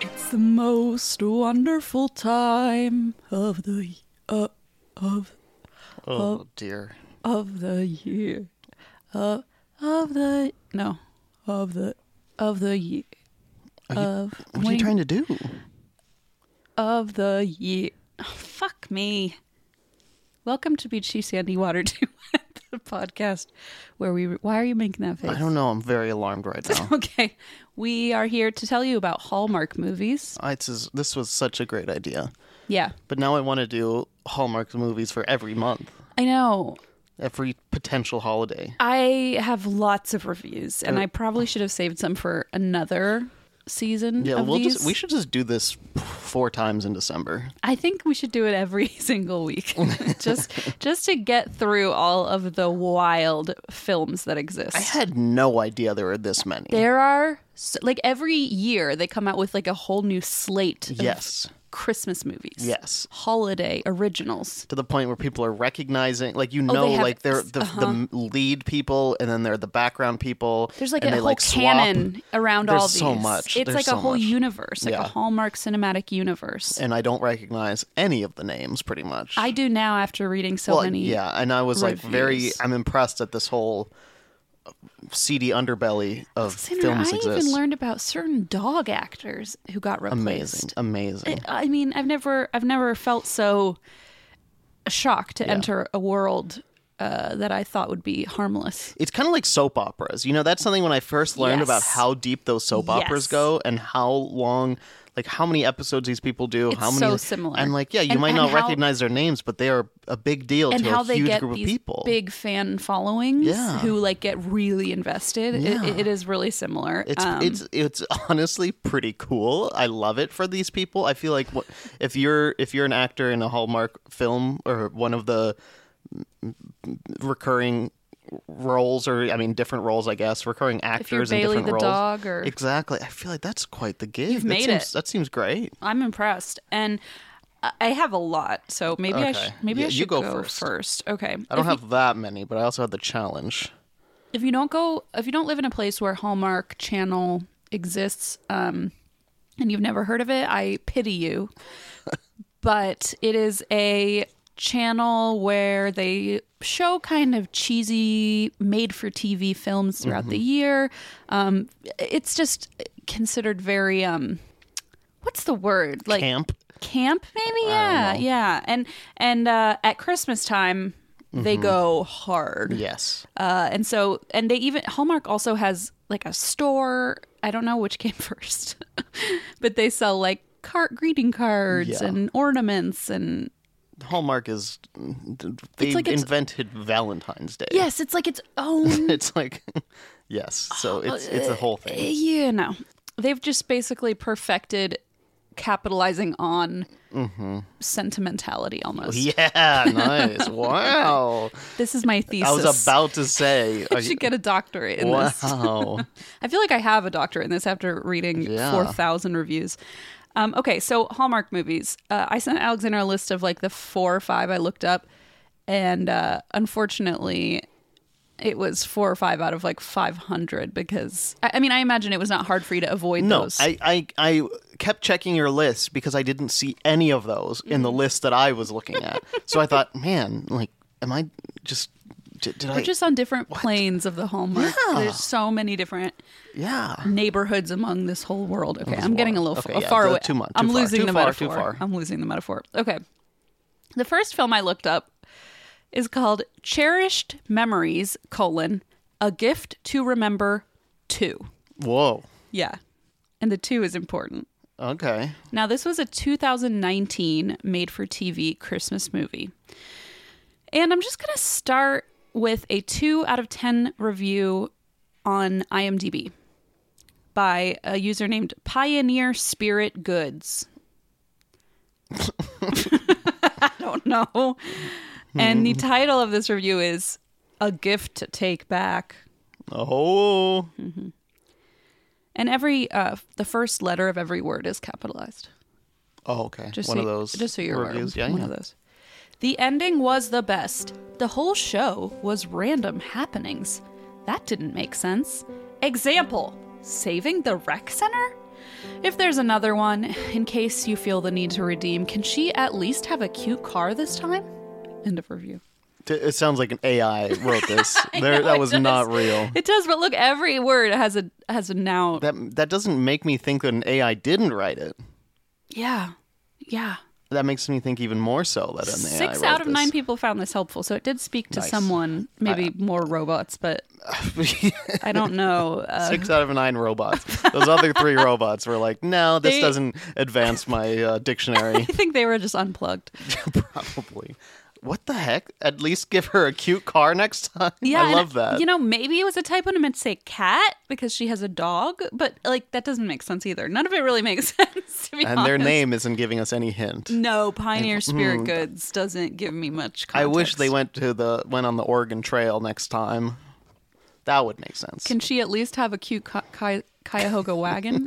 It's the most wonderful time of the uh, of Oh, dear. of the year. Uh, of the no, of the of the year Are you- of what are you wing- trying to do? of the year. Oh, fuck me. Welcome to Beachy Sandy Water Two, the podcast where we. Why are you making that face? I don't know. I'm very alarmed right now. Okay, we are here to tell you about Hallmark movies. I, this, is, this was such a great idea. Yeah, But now I want to do Hallmark movies for every month, I know. every potential holiday. I have lots of reviews, Uh, and I probably should have saved some for another season. Yeah, of we'll these. just we should just do this four times in December. I think we should do it every single week, just just to get through all of the wild films that exist. I had no idea there were this many. there are s- like every year they come out with like a whole new slate. of Yes. Christmas movies. Yes. holiday originals. to the point where people are recognizing like you Oh, they know have- uh-huh. like they're the, the lead people and then they're the background people There's like and a they whole like swap. canon around all There's these. so much. It's There's like a so whole much. universe, like a Yeah. Hallmark cinematic universe. and i don't recognize any of the names pretty much I do now after reading so well, many. yeah and i was like very reviews. i'm impressed at this whole seedy underbelly of Sinner, films I exist even learned about certain dog actors who got amazing replaced. amazing I mean, I've never, I've never felt so shocked to enter a world uh, that I thought would be harmless. it's kind of like soap operas. You know, that's something when I first learned about Yes. how deep those soap Yes. operas go and how long, like how many episodes these people do. It's how many? so similar. And like, yeah, you And- might and not how- recognize their names, but they are a big deal And to how a they huge get group of these people. big fan followings Yeah. who like get really invested. It- Yeah. It, it is really similar. It's Um, it's it's honestly pretty cool. I love it for these people. I feel like what, if you're if you're an actor in a Hallmark film or one of the recurring roles or I mean different roles I guess recurring actors in Bailey different the roles. dog or- Exactly. I feel like that's quite the gig. that made seems, it. That seems great. I'm impressed, and I- I have a lot. So maybe I sh- Okay. maybe Yeah, I you should go first. Okay, I don't have that many, but I also had the challenge. if you don't go if you don't live in a place where hallmark channel exists um and you've never heard of it i pity you but it is a channel where they show kind of cheesy made for tv films throughout the year um it's just considered very um what's the word like Camp. camp maybe yeah yeah and and uh at christmas time they go hard Yes. uh, and so, and they even Hallmark also has like a store. I don't know which came first, but they sell like cart greeting cards Yeah. and ornaments and Hallmark is they like it's- invented Valentine's Day. yes, it's like its own. it's like yes so Uh, it's it's a whole thing you know, they've just basically perfected capitalizing on sentimentality almost. Mm-hmm. yeah nice wow This is my thesis. i was about to say I should get a doctorate in this. wow I feel like I have a doctorate in this after reading Yeah. 4,000 reviews. Um, okay, so Hallmark movies. Uh, I sent Alexander a list of like the four or five I looked up, and uh, unfortunately, it was four or five out of like 500 because I, I mean, I imagine it was not hard for you to avoid no those. I, I i kept checking your list because i didn't see any Mm-hmm. of those in the list that i was looking at so i thought man like am i just D- did We're I? just on different planes of the Hallmark. Yeah. There's so many different yeah. neighborhoods among this whole world. Okay, I'm world. getting a little f- Okay, yeah, far the- away. too much- I'm too far, losing too the far, too metaphor. far. I'm losing the metaphor. Okay, the first film I looked up is called "Cherished Memories: colon A Gift to Remember Two. Whoa. Yeah, and the two is important. Okay. Now, this was a 2019 made for TV Christmas movie. And I'm just going to start with a 2 out of 10 review on IMDb by a user named Pioneer Spirit Goods. I don't know. And the title of this review is A Gift to Take Back. Oh. And every uh, the first letter of every word is capitalized. Oh, okay. Just one so of you- those. Just so you're aware. reviews. Yeah, one yeah. of those. The ending was the best. The whole show was random happenings. That didn't make sense. Example: saving the rec center. If there's another one, in case you feel the need to redeem, can she at least have a cute car this time? End of review. T- It sounds like an AI wrote this. there, know that it was does. not real. It does, but look, every word has a has a noun. That that doesn't make me think that an AI didn't write it. yeah, yeah. That makes me think even more so that an AI Six wrote out of this. nine people found this helpful, so it did speak to Nice. uh, someone. Maybe more robots, but I don't know. Uh, Six out of nine robots. Those other three robots were like, no, this They- doesn't advance my uh, dictionary. I think they were just unplugged. Probably. What the heck? At least give her a cute car next time. Yeah, I and, love that. You know, maybe it was a typo and it meant to say cat because she has a dog, but like that doesn't make sense either. None of it really makes sense to be and honest. their name isn't giving us any hint. No, Pioneer Spirit Goods doesn't give me much. I Context. wish they went to the went on the Oregon Trail next time. That would make sense. Can she at least have a cute ca- Ki- Cuyahoga wagon?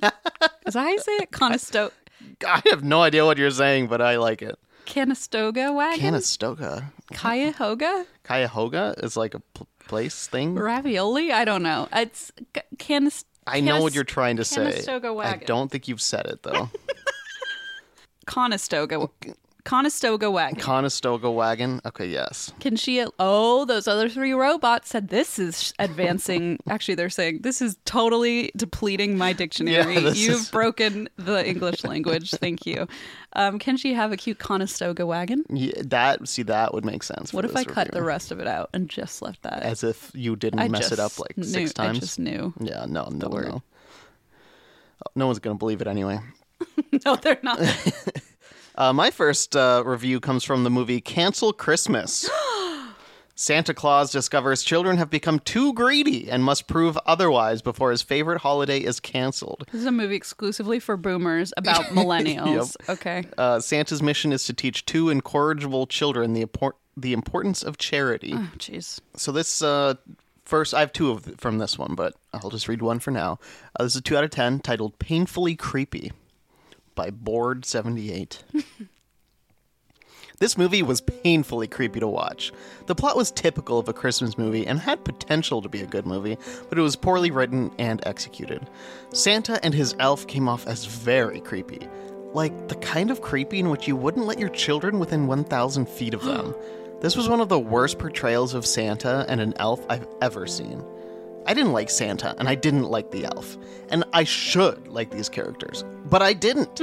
Is that how you say it? Conestoga, I have no idea what you're saying, but I like it. Canastoga wagon? Canastoga, Cuyahoga? Cuyahoga is like a pl- place thing. ravioli i don't know it's c- canis- I know what canis- you're trying to say. Conestoga wagon. I don't think you've said it though. Oh, conestoga conestoga wagon Conestoga wagon. Okay, yes. can she oh those other three robots said this is advancing actually they're saying this is totally depleting my dictionary Yeah, this you've is- broken the english language thank you um, can she have a cute conestoga wagon Yeah, that see that would make sense. for what if i this cut the review. rest of it out and just left that as if you didn't I mess it up just like knew, six times? i just knew Yeah, no, no, word. no. No one's gonna believe it anyway. no they're not Uh, my first uh, review comes from the movie Cancel Christmas. Santa Claus discovers children have become too greedy and must prove otherwise before his favorite holiday is canceled. this is a movie exclusively for boomers about millennials okay Uh, Santa's mission is to teach two incorrigible children the import- the importance of charity. jeez So this uh, first, I have two of from this one, but I'll just read one for now. Uh, this is a two out of ten, titled "Painfully Creepy" by Board Seventy Eight. This movie was painfully creepy to watch. The plot was typical of a Christmas movie and had potential to be a good movie, but it was poorly written and executed. Santa and his elf came off as very creepy. Like the kind of creepy in which you wouldn't let your children within 1,000 feet of them. This was one of the worst portrayals of Santa and an elf I've ever seen. I didn't like Santa and I didn't like the elf. And I should like these characters, but I didn't.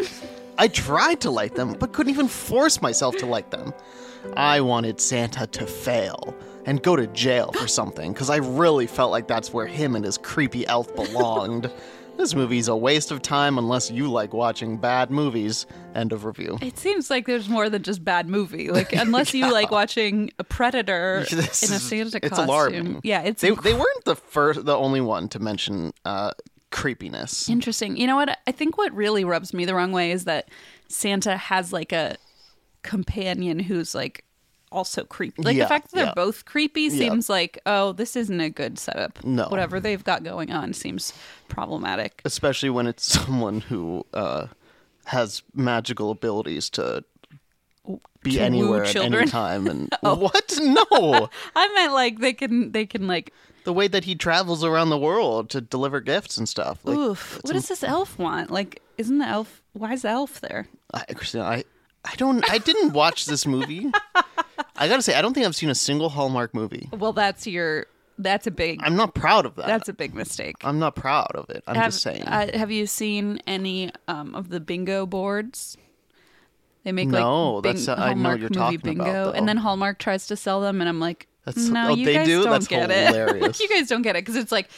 I tried to like them, but couldn't even force myself to like them. I wanted Santa to fail and go to jail for something because I really felt like that's where him and his creepy elf belonged. this movie's a waste of time unless you like watching bad movies. End of review. It seems like there's more than just bad movie. Like unless you like watching a Predator in a This is- Santa it's costume. alarming. Yeah, it's they, they weren't the first, the only one to mention uh, creepiness. interesting. You know what? I think what really rubs me the wrong way is that Santa has like a companion who's like also creepy. Like Yeah, the fact that they're yeah. both creepy seems like oh, this isn't a good setup. No. whatever they've got going on seems problematic. especially when it's someone who uh, has magical abilities to be To woo anywhere at children? Oh. any time. And what? No, I meant like they can they can like the way that he travels around the world to deliver gifts and stuff. Like, oof. What does this elf want? Like isn't the elf? Why is the elf there? I, Christina, I, I don't. I didn't watch this movie. I gotta say, I don't think I've seen a single Hallmark movie. Well, that's your. That's a big. I'm not proud of that. that's a big mistake. I'm not proud of it. I'm have, just saying. uh, have you seen any um, of the bingo boards? They make No, like bing- that's- I know Hallmark you're movie talking bingo, about, though. and then Hallmark tries to sell them, and I'm like, That's- no, oh, you they guys do? don't That's get hilarious. it. you guys don't get it because it's like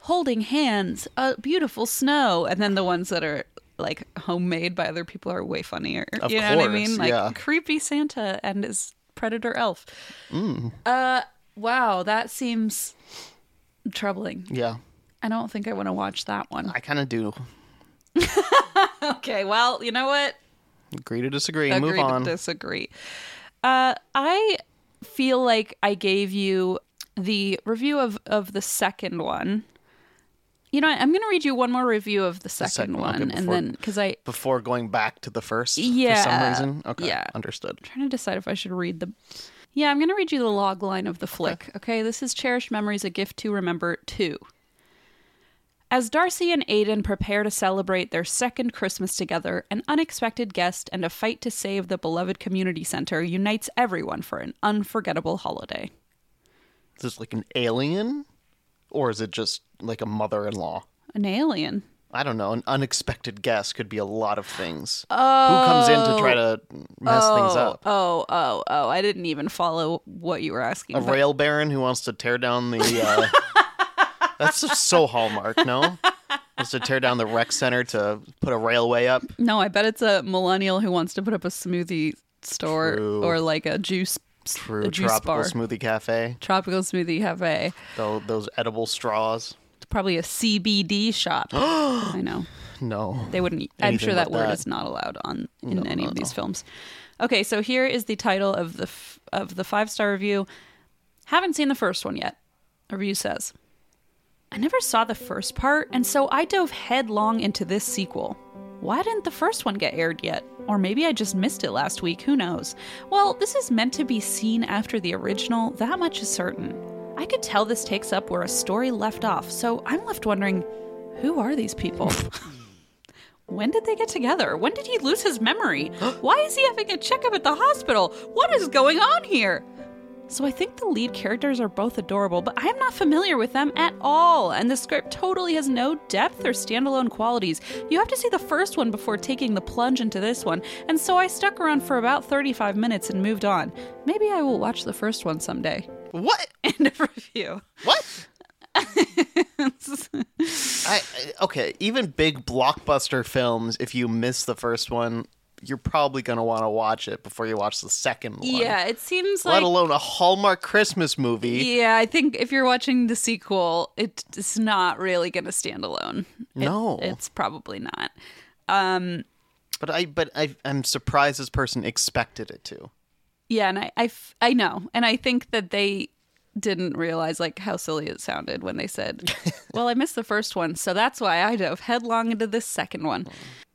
holding hands, uh, beautiful snow, and then the ones that are like homemade by other people are way funnier. Of you know what I course, mean? Like yeah. creepy Santa and his predator elf. Mm. Uh, wow, that seems troubling. yeah, I don't think I want to watch that one. I kind of do. Okay, well, you know what? Agree to disagree. Agree Move on. to disagree. Uh, I feel like I gave you the review of, of the second one. You know, what? I'm going to read you one more review of the second, second one, one, okay, and before- then because I Before going back to the first, for some Yeah, reason. Okay, yeah. understood. trying to decide if I should read the. Yeah, I'm going to read you the log line of the flick. Okay. this is Cherished Memories, a gift to remember too. As Darcy and Aiden prepare to celebrate their second Christmas together, an unexpected guest and a fight to save the beloved community center unites everyone for an unforgettable holiday. Is this like an alien, or is it just like a mother-in-law? An alien. I don't know. An unexpected guest could be a lot of things. Oh, who comes in to try to mess things up? Oh, oh, oh, I didn't even follow what you were asking. a but- rail baron who wants to tear down the. Uh, that's just so hallmark. No, wants to tear down the rec center to put a railway up. No, I bet it's a millennial who wants to put up a smoothie store True. or like a juice True, a juice tropical bar. smoothie cafe. tropical smoothie cafe. Those, those edible straws. It's probably a CBD shop. I know. No, They wouldn't I'm Anything sure that but word that. is not allowed on in any of these films. Okay, so here is the title of the f- of the five-star review. Haven't seen the first one yet. The review says, I never saw the first part, and so I dove headlong into this sequel. Why didn't the first one get aired yet? Or maybe I just missed it last week, who knows? Well, this is meant to be seen after the original, that much is certain. I could tell this takes up where a story left off, so I'm left wondering who are these people? when did they get together? When did he lose his memory? Why is he having a checkup at the hospital? What is going on here? So I think the lead characters are both adorable, but I'm not familiar with them at all, and the script totally has no depth or standalone qualities. You have to see the first one before taking the plunge into this one, and so I stuck around for about 35 minutes and moved on. Maybe I will watch the first one someday. what? End of review. What? I, I okay. Even big blockbuster films, if you miss the first one, you're probably gonna want to watch it before you watch the second one. Yeah, it seems Let like. alone a Hallmark Christmas movie. Yeah, I think if you're watching the sequel, it- it's not really going to stand alone. It- No. it's probably not. But I, but I, I'm surprised this person expected it to. Yeah, and I, I, f- I know, and I think that they didn't realize like how silly it sounded when they said, "Well, I missed the first one, so that's why I dove headlong into this second one."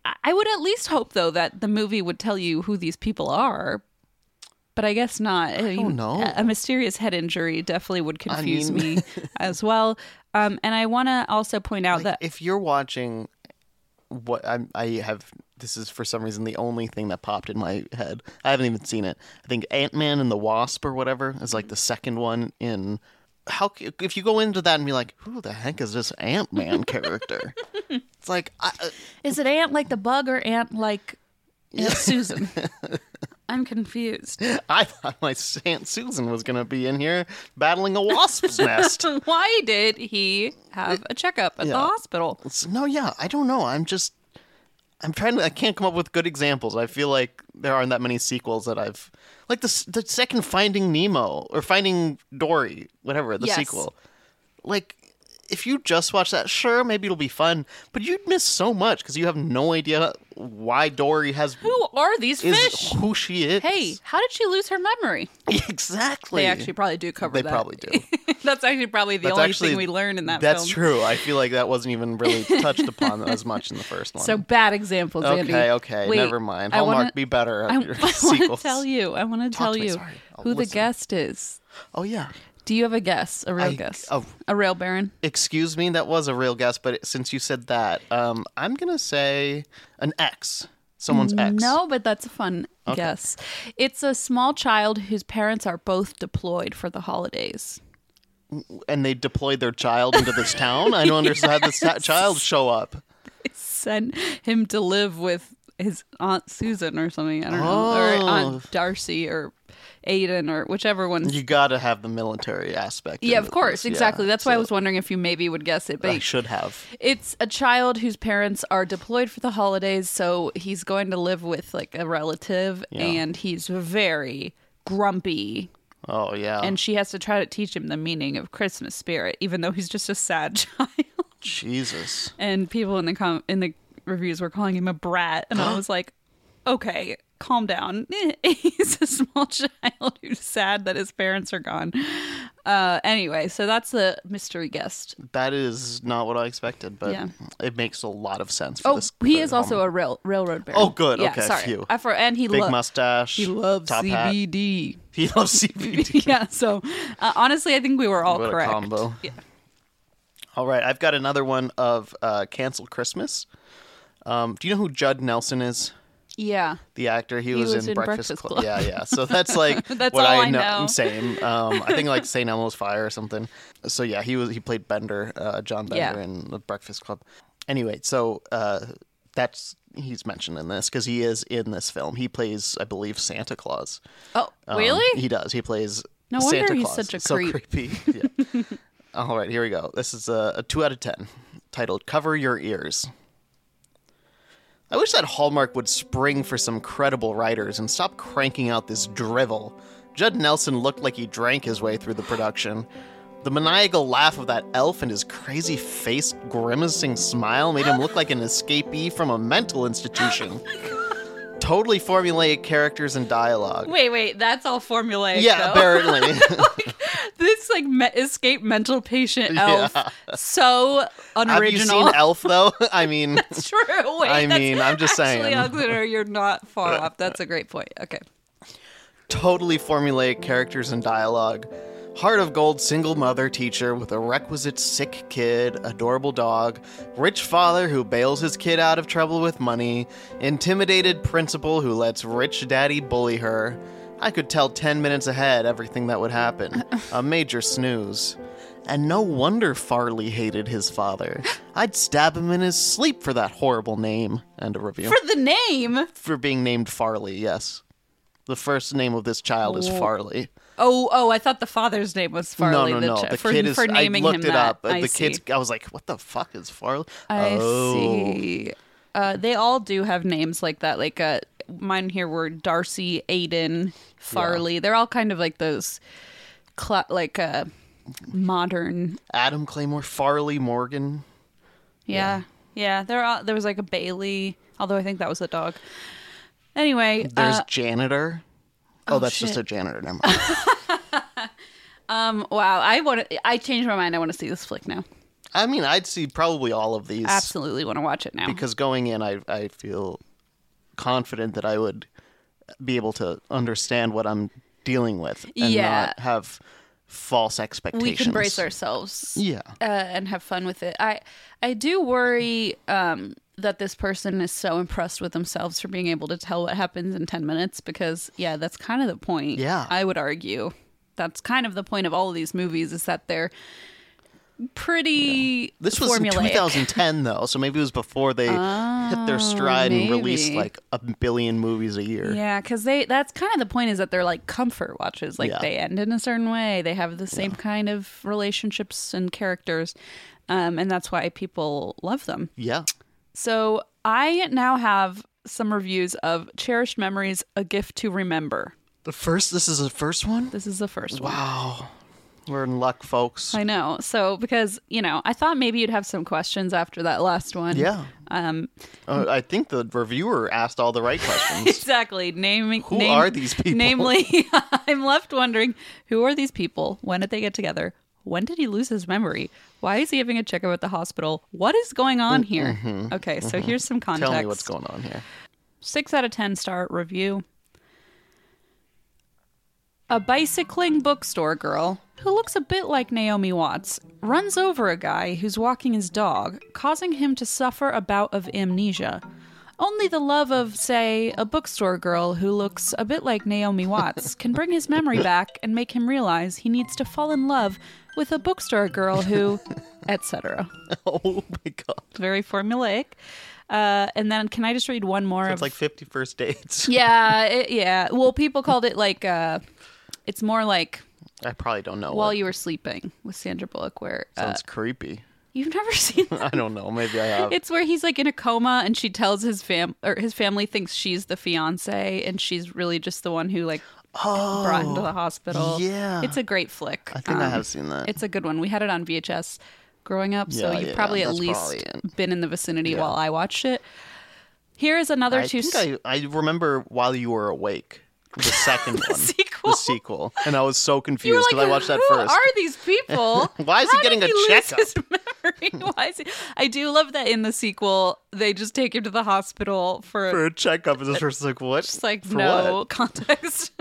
I-, I would at least hope though that the movie would tell you who these people are, but I guess not. I, mean, know. A, a mysterious head injury definitely would confuse mean- me as well. Um, and I want to also point out that If you're watching, what I'm, I have. This is for some reason the only thing that popped in my head. I haven't even seen it. I think Ant Man and the Wasp or whatever is like the second one in. How c- if you go into that and be like, who the heck is this Ant Man character? it's like I, uh, Is it ant like the bug or ant like Aunt Susan? I'm confused. I thought my Aunt Susan was gonna be in here battling a wasp's nest. Why did he have a checkup at the Yeah. hospital? So- no, yeah, I don't know. I'm just, I'm trying to. I can't come up with good examples. I feel like there aren't that many sequels that I've like the s- the second Finding Nemo or Finding Dory, whatever the Yes. sequel. Like, if you just watch that, sure, maybe it'll be fun, but you'd miss so much because you have no idea why Dory has Who are these is fish? who she is. Hey, how did she lose her memory? exactly. They actually probably do cover They that. probably do. that's actually probably the That's only actually thing we learn in that That's film. true. I feel like that wasn't even really touched upon as much in the first one. So bad examples, Andy. Okay, okay, Wait, never mind. I Hallmark, wanna- be better at I, your want to sequels. tell you. I want to tell to me, you sorry. I'll who the listen. guest is. Oh yeah. Do you have a guess? A real I- guess? oh. a rail baron? Excuse me, that was a real guess, but since you said that, um, I'm gonna say an ex, someone's ex. No, Oh, but that's a fun Yes. It's a small child whose parents are both deployed for the holidays. and they deployed their child into this town. I don't understand how this ta- child show up. Send him to live with his aunt Susan or something. I don't know. Or Oh. aunt Darcy or Aiden or whichever one. You got to have the military aspect. yeah, into of course. this. Yeah, Exactly. That's why I so was wondering if you maybe would guess it. But I should have. It's a child whose parents are deployed for the holidays, so he's going to live with like a relative, and he's very grumpy. Oh yeah. And she has to try to teach him the meaning of Christmas spirit, even though he's just a sad child. Jesus. And people in the com- in the reviews were calling him a brat, and I was like, okay, calm down. he's a small child who's sad that his parents are gone. Uh, anyway, so that's the mystery guest. That is not what I expected, but Yeah. it makes a lot of sense. For Oh, this, he for is the also Hallmark. a rail railroad baron. Oh, good. Yeah, Okay, sorry. phew. I for and he big lo- mustache. He loves top hat. CBD. He loves CBD. yeah. So uh, honestly, I think we were all What a Oh, correct. combo. Yeah. All right, I've got another one of uh, Cancel Christmas. Um, do you know who Judd Nelson is? Yeah. the actor. He, He was, in, Breakfast, Club. Yeah, yeah. So that's like That's what all I I know. know. Same. Um, I think like St. Elmo's Fire or something. So yeah, he was he played Bender, uh, John Bender Yeah. in the Breakfast Club. Anyway, so uh, that's he's mentioned in this because he is in this film. He plays, I believe, Santa Claus. Oh, Um, really? He does. He plays. No Santa wonder he's Claus. such a It's so creep. creepy. Yeah. All right, here we go. This is a, a two out of ten, titled "Cover Your Ears." I wish that Hallmark would spring for some credible writers and stop cranking out this drivel. Judd Nelson looked like he drank his way through the production. The maniacal laugh of that elf and his crazy faced, grimacing smile made him look like an escapee from a mental institution. totally formulaic characters and dialogue. Wait, wait. That's all formulaic. Yeah, though. apparently. this like me- escape mental patient elf. So unoriginal. Have you seen Elf though? I mean, It's true. Wait, I that's mean, I'm just actually saying. on Glitter, you're not far off. That's a great point. Okay. totally formulaic characters and dialogue. Heart of gold single mother teacher with a requisite sick kid, adorable dog, rich father who bails his kid out of trouble with money, intimidated principal who lets rich daddy bully her. I could tell 10 minutes ahead everything that would happen. A major snooze. And no wonder Farley hated his father. I'd stab him in his sleep for that horrible name. End of review For the name. for being named Farley, yes. The first name of this child is Farley. Oh, oh, I thought the father's name was Farley. no, no, the no. chi- The for, kid is. for naming I looked him it that. up. but I the see. kid's. I was like, "What the fuck is Farley?" I Oh. see. Uh, they all do have names like that. Like uh, mine here were Darcy, Aiden, Farley. They're all kind of like those, cla like uh, modern. Adam Claymore, Farley Morgan. Yeah, yeah. There all there was like a Bailey, although I think that was a dog. Anyway, There's uh, janitor. Oh, that's just shit. a janitor. Never mind. um, wow. I want. to I changed my mind. I want to see this flick now. I mean, I'd see probably all of these Absolutely want to watch it now. because going in, I I feel confident that I would be able to understand what I'm dealing with and Yeah. not have false expectations. we can brace ourselves. Yeah. uh, and have fun with it. I I do worry um, that this person is so impressed with themselves for being able to tell what happens in ten minutes because yeah, that's kind of the point. Yeah. I would argue that's kind of the point of all of these movies is that they're pretty. This was in formulaic. Oh, 2010, though, so maybe it was before they hit their stride and released maybe. like a billion movies a year. Yeah, because they that's kind of the point is that they're like comfort watches. Like Yeah. they end in a certain way. They have the same kind of relationships and characters. Um, and that's why people love them. Yeah. So I now have some reviews of Cherished Memories, A Gift to Remember. The first, this is the first one? This is the first one. Wow. We're in luck, folks. I know. So because, you know, I thought maybe you'd have some questions after that last one. yeah. Um Uh, I think the reviewer asked all the right questions. exactly. Naming Who are these people? Namely, I'm left wondering who are these people? When did they get together? When did he lose his memory? Why is he having a checkup at the hospital? What is going on here? Okay, so here's some context. mm-hmm. Tell me what's going on here. six out of ten star review. A bicycling bookstore girl who looks a bit like Naomi Watts runs over a guy who's walking his dog, causing him to suffer a bout of amnesia. Only the love of, say, a bookstore girl who looks a bit like Naomi Watts can bring his memory back and make him realize he needs to fall in love with a bookstore girl who, etc. Oh my god. Very formulaic. Uh, and then can I just read one more? It's of- like 50 first dates. yeah, it, yeah. Well, people called it like uh, it's more like I probably don't know. while what- you were sleeping with Sandra Bullock, where uh, Oh, sounds creepy. you've never seen. I don't know. Maybe I have. It's where he's like in a coma and she tells his fam or his family thinks she's the fiance and she's really just the one who like brought him to the hospital. Oh, yeah. It's a great flick. Um, I think I have seen that. It's a good one. We had it on VHS growing up, so Yeah, you've yeah, probably at that's least probably it. been in the vicinity while I watched it. Here is another I two think s- I, I remember while you were awake. The second one. sequel. The sequel. And I was so you were confused like, because I watched that who first. are these people? Why is he How getting did a lose checkup? his memory? Why is he... I do love that in the sequel they just take him to the hospital for, For a checkup, and this person's like, what? just like For no what? context.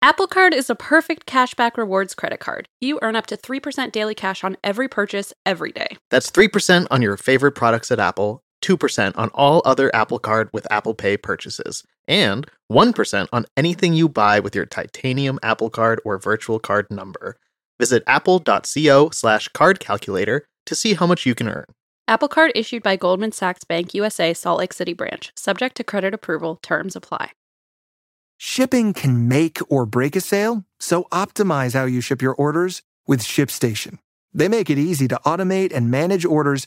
Apple Card is a perfect cashback rewards credit card. You earn up to 3% daily cash on every purchase every day. That's 3% on your favorite products at Apple, 2% on all other Apple Card with Apple Pay purchases, and 1% on anything you buy with your titanium Apple Card or virtual card number. Visit apple.co slash card calculator to see how much you can earn. Apple Card issued by Goldman Sachs Bank USA Salt Lake City branch, subject to credit approval. Terms apply. Shipping can make or break a sale, so optimize how you ship your orders with ShipStation. They make it easy to automate and manage orders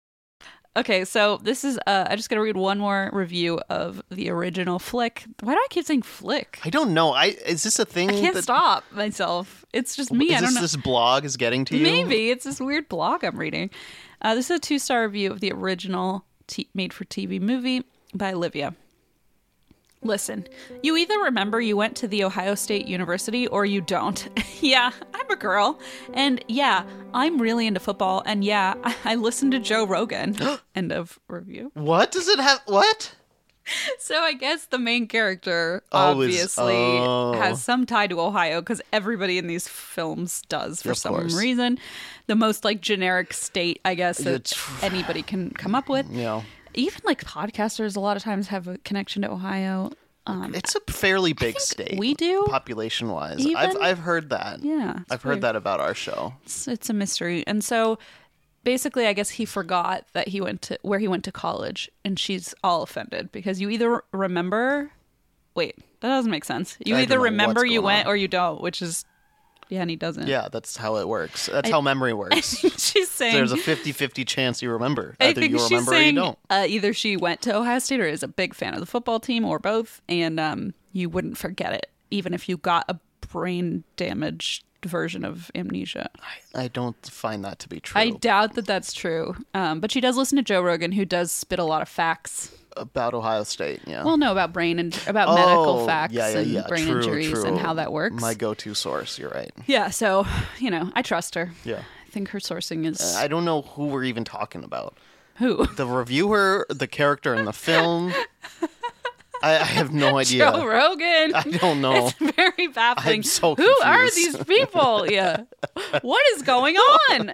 okay, so this is. Uh, I'm just gonna read one more review of the original flick. Why do I keep saying flick? I don't know. I Is this a thing? I can't that- stop myself. It's just me. Is I this, don't know. this blog is getting to you? Maybe it's this weird blog I'm reading. Uh, this is a two star review of the original t- made for TV movie by Olivia. Listen, you either remember you went to the Ohio State University or you don't. yeah, I'm a girl. And yeah, I'm really into football. And yeah, I, I listen to Joe Rogan. End of review. What does it have? What? So I guess the main character Oh, it's- obviously oh. has some tie to Ohio because everybody in these films does for Of some course. reason. The most like generic state, I guess, that It's- anybody can come up with. Yeah. Even like podcasters, a lot of times have a connection to Ohio. Um, It's a fairly big state. we do. Population wise. I've, Even- I've heard that. Yeah, it's I've weird. heard that about our show. it's, it's a mystery, and so basically, I guess he forgot that he went to where he went to college, and she's all offended because you either remember. Wait, that doesn't make sense. You I don't either know remember what's you going went on. or you don't, which is yeah, and he doesn't. Yeah, that's how it works. That's how memory works. she's saying There's a 50-50 chance you remember. I Either think you she's remember saying or you don't. Uh, either she went to Ohio State or is a big fan of the football team or both, and um, you wouldn't forget it even if you got a brain damaged version of amnesia. I don't find that to be true. I doubt that that's true, um, but she does listen to Joe Rogan, who does spit a lot of facts. about Ohio State, yeah. Well, no about brain and about Oh, medical facts yeah, yeah, and yeah. brain True, injuries true. and how that works. My go-to source, you're right. yeah, so you know, I trust her. Yeah. I think her sourcing is Uh, I don't know who we're even talking about. who. The reviewer, the character in the film. I, I have no idea. Joe Rogan. I don't know. It's very baffling. I'm so Who are these confused. people? Yeah. What is going on?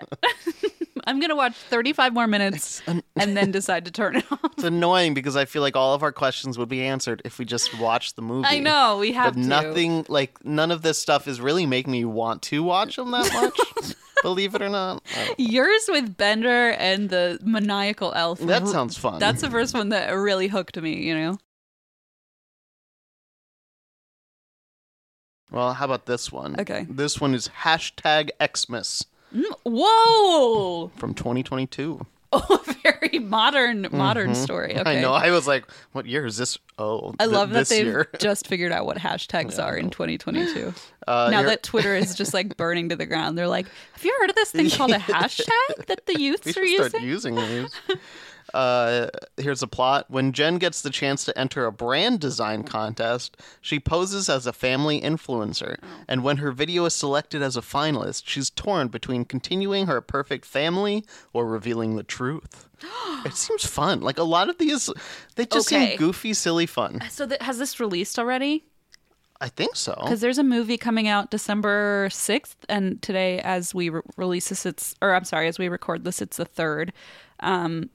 I'm going to watch 35 more minutes and then decide to turn it off. It's annoying because I feel like all of our questions would be answered if we just watched the movie. I know, we have but to. nothing like none of this stuff is really making me want to watch them that much. believe it or not, I don't- Yours with Bender and the maniacal elf. that sounds fun. That's the first one that really hooked me, you know? well. How about this one? Okay. this one is hashtag Xmas Mm, Whoa! from 2022. Oh, very modern, modern story. Okay. Mm-hmm. I know. I was like, what year is this? Oh, I th- love that this they've year. just figured out what hashtags are in 2022. Uh, now you're- that Twitter is just like burning to the ground, they're like, "Have you heard of this thing called a hashtag that the we youths should are using?" start using these. Uh, here's the plot. When Jen gets the chance to enter a brand design contest, she poses as a family Oh. influencer. And when her video is selected as a finalist, she's torn between continuing her perfect family or revealing the truth. it seems fun. Like a lot of these, they just Okay. seem goofy, silly fun. So that has this released already? I think so. Because there's a movie coming out December 6th, and today, as we re- release this, it's, or I'm sorry, as we record this, it's the third. Um,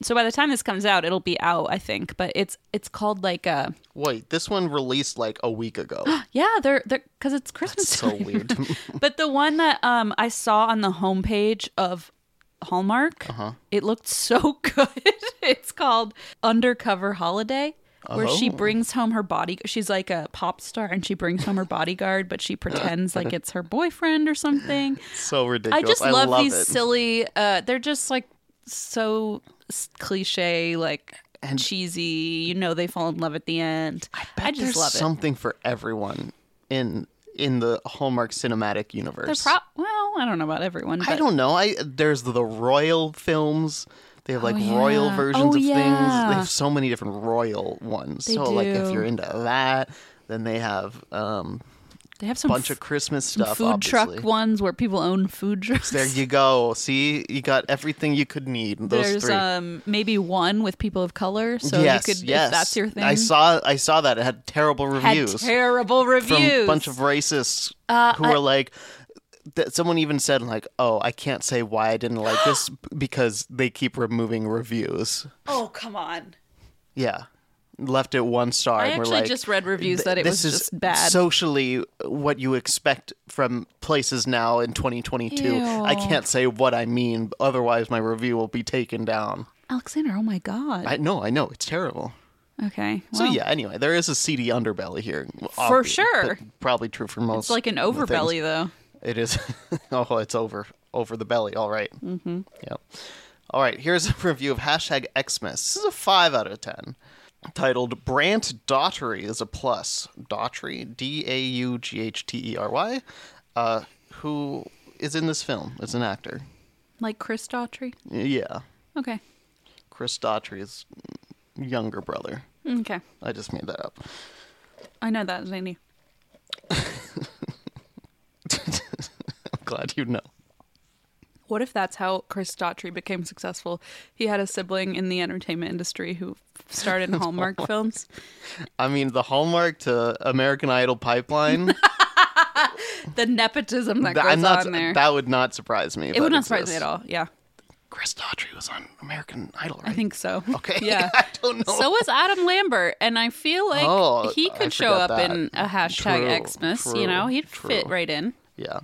so by the time this comes out, it'll be out, I think. But it's it's called like a Wait, this one released like a week ago. yeah, they're they're because it's Christmas. so time. weird. but the one that um I saw on the homepage of Hallmark, Uh-huh. it looked so good. it's called Undercover Holiday. Where she Oh. brings home her body, she's like a pop star, and she brings home her bodyguard, but she pretends like it's her boyfriend or something. so I ridiculous. just love, these it. silly. Uh, they're just like so s- cliche, like cheesy. You know, they fall in love at the end. I, bet just there's love it. something for everyone in in the Hallmark cinematic They're universe. pro- well, I don't know about everyone. But I don't know. I there's the royal films. They have like royal Oh, yeah. versions Oh, of things. yeah. They have so many different royal ones. They so like if do. you're into that, then they have um They have some bunch f- of Christmas some stuff. food obviously. truck ones where people own food trucks. There you go. See, you got everything you could need. Those There's three. um maybe one with people of color, so yes, you could yes. if that's your thing. I saw. I saw that. It had terrible had reviews. terrible reviews. Uh, from a bunch of racists who were like that someone even said like oh i can't say why i didn't like this because they keep removing reviews oh come on! yeah left it one star I and we're actually like, just read reviews "Th- that it this was is just bad. socially what you expect from places now in 2022 i Ew. can't say what i mean otherwise my review will be taken down Alexander, oh my god. i know i know it's terrible okay, so well, yeah anyway there is a seedy underbelly here For obvi- sure. but probably true for most it's like an things. overbelly though. It is. oh, it's over over the belly. All right. Mm-hmm. Yep. All right. Here's a review of hashtag Xmas. This is a five out of ten. Titled Brant Daughtry is a plus. Daughtry, D A U G H T E R Y, uh, who is in this film as an actor. Like Chris Daughtry. Yeah, Okay. Chris Daughtry's younger brother. Okay. I just made that up. I know that, Zandy. I'm glad you know. What if that's how Chris Daughtry became successful? He had a sibling in the entertainment industry who starred Oh, in Hallmark films. I mean, the Hallmark to American Idol pipeline. The nepotism that that, goes I'm not, on there. that would not surprise me. if it would that not surprise me exists. at all. Yeah. Chris Daughtry was on American Idol, right? I think so. Okay. Yeah. I don't know. So was Adam Lambert, and I feel like Oh, he I could show forgot up in that. a hashtag True, Xmas. true, you know, he'd fit true. right in. yeah.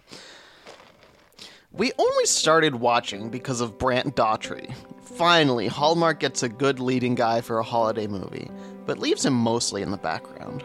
We only started watching because of Brant Daughtry. Finally, Hallmark gets a good leading guy for a holiday movie, but leaves him mostly in the background.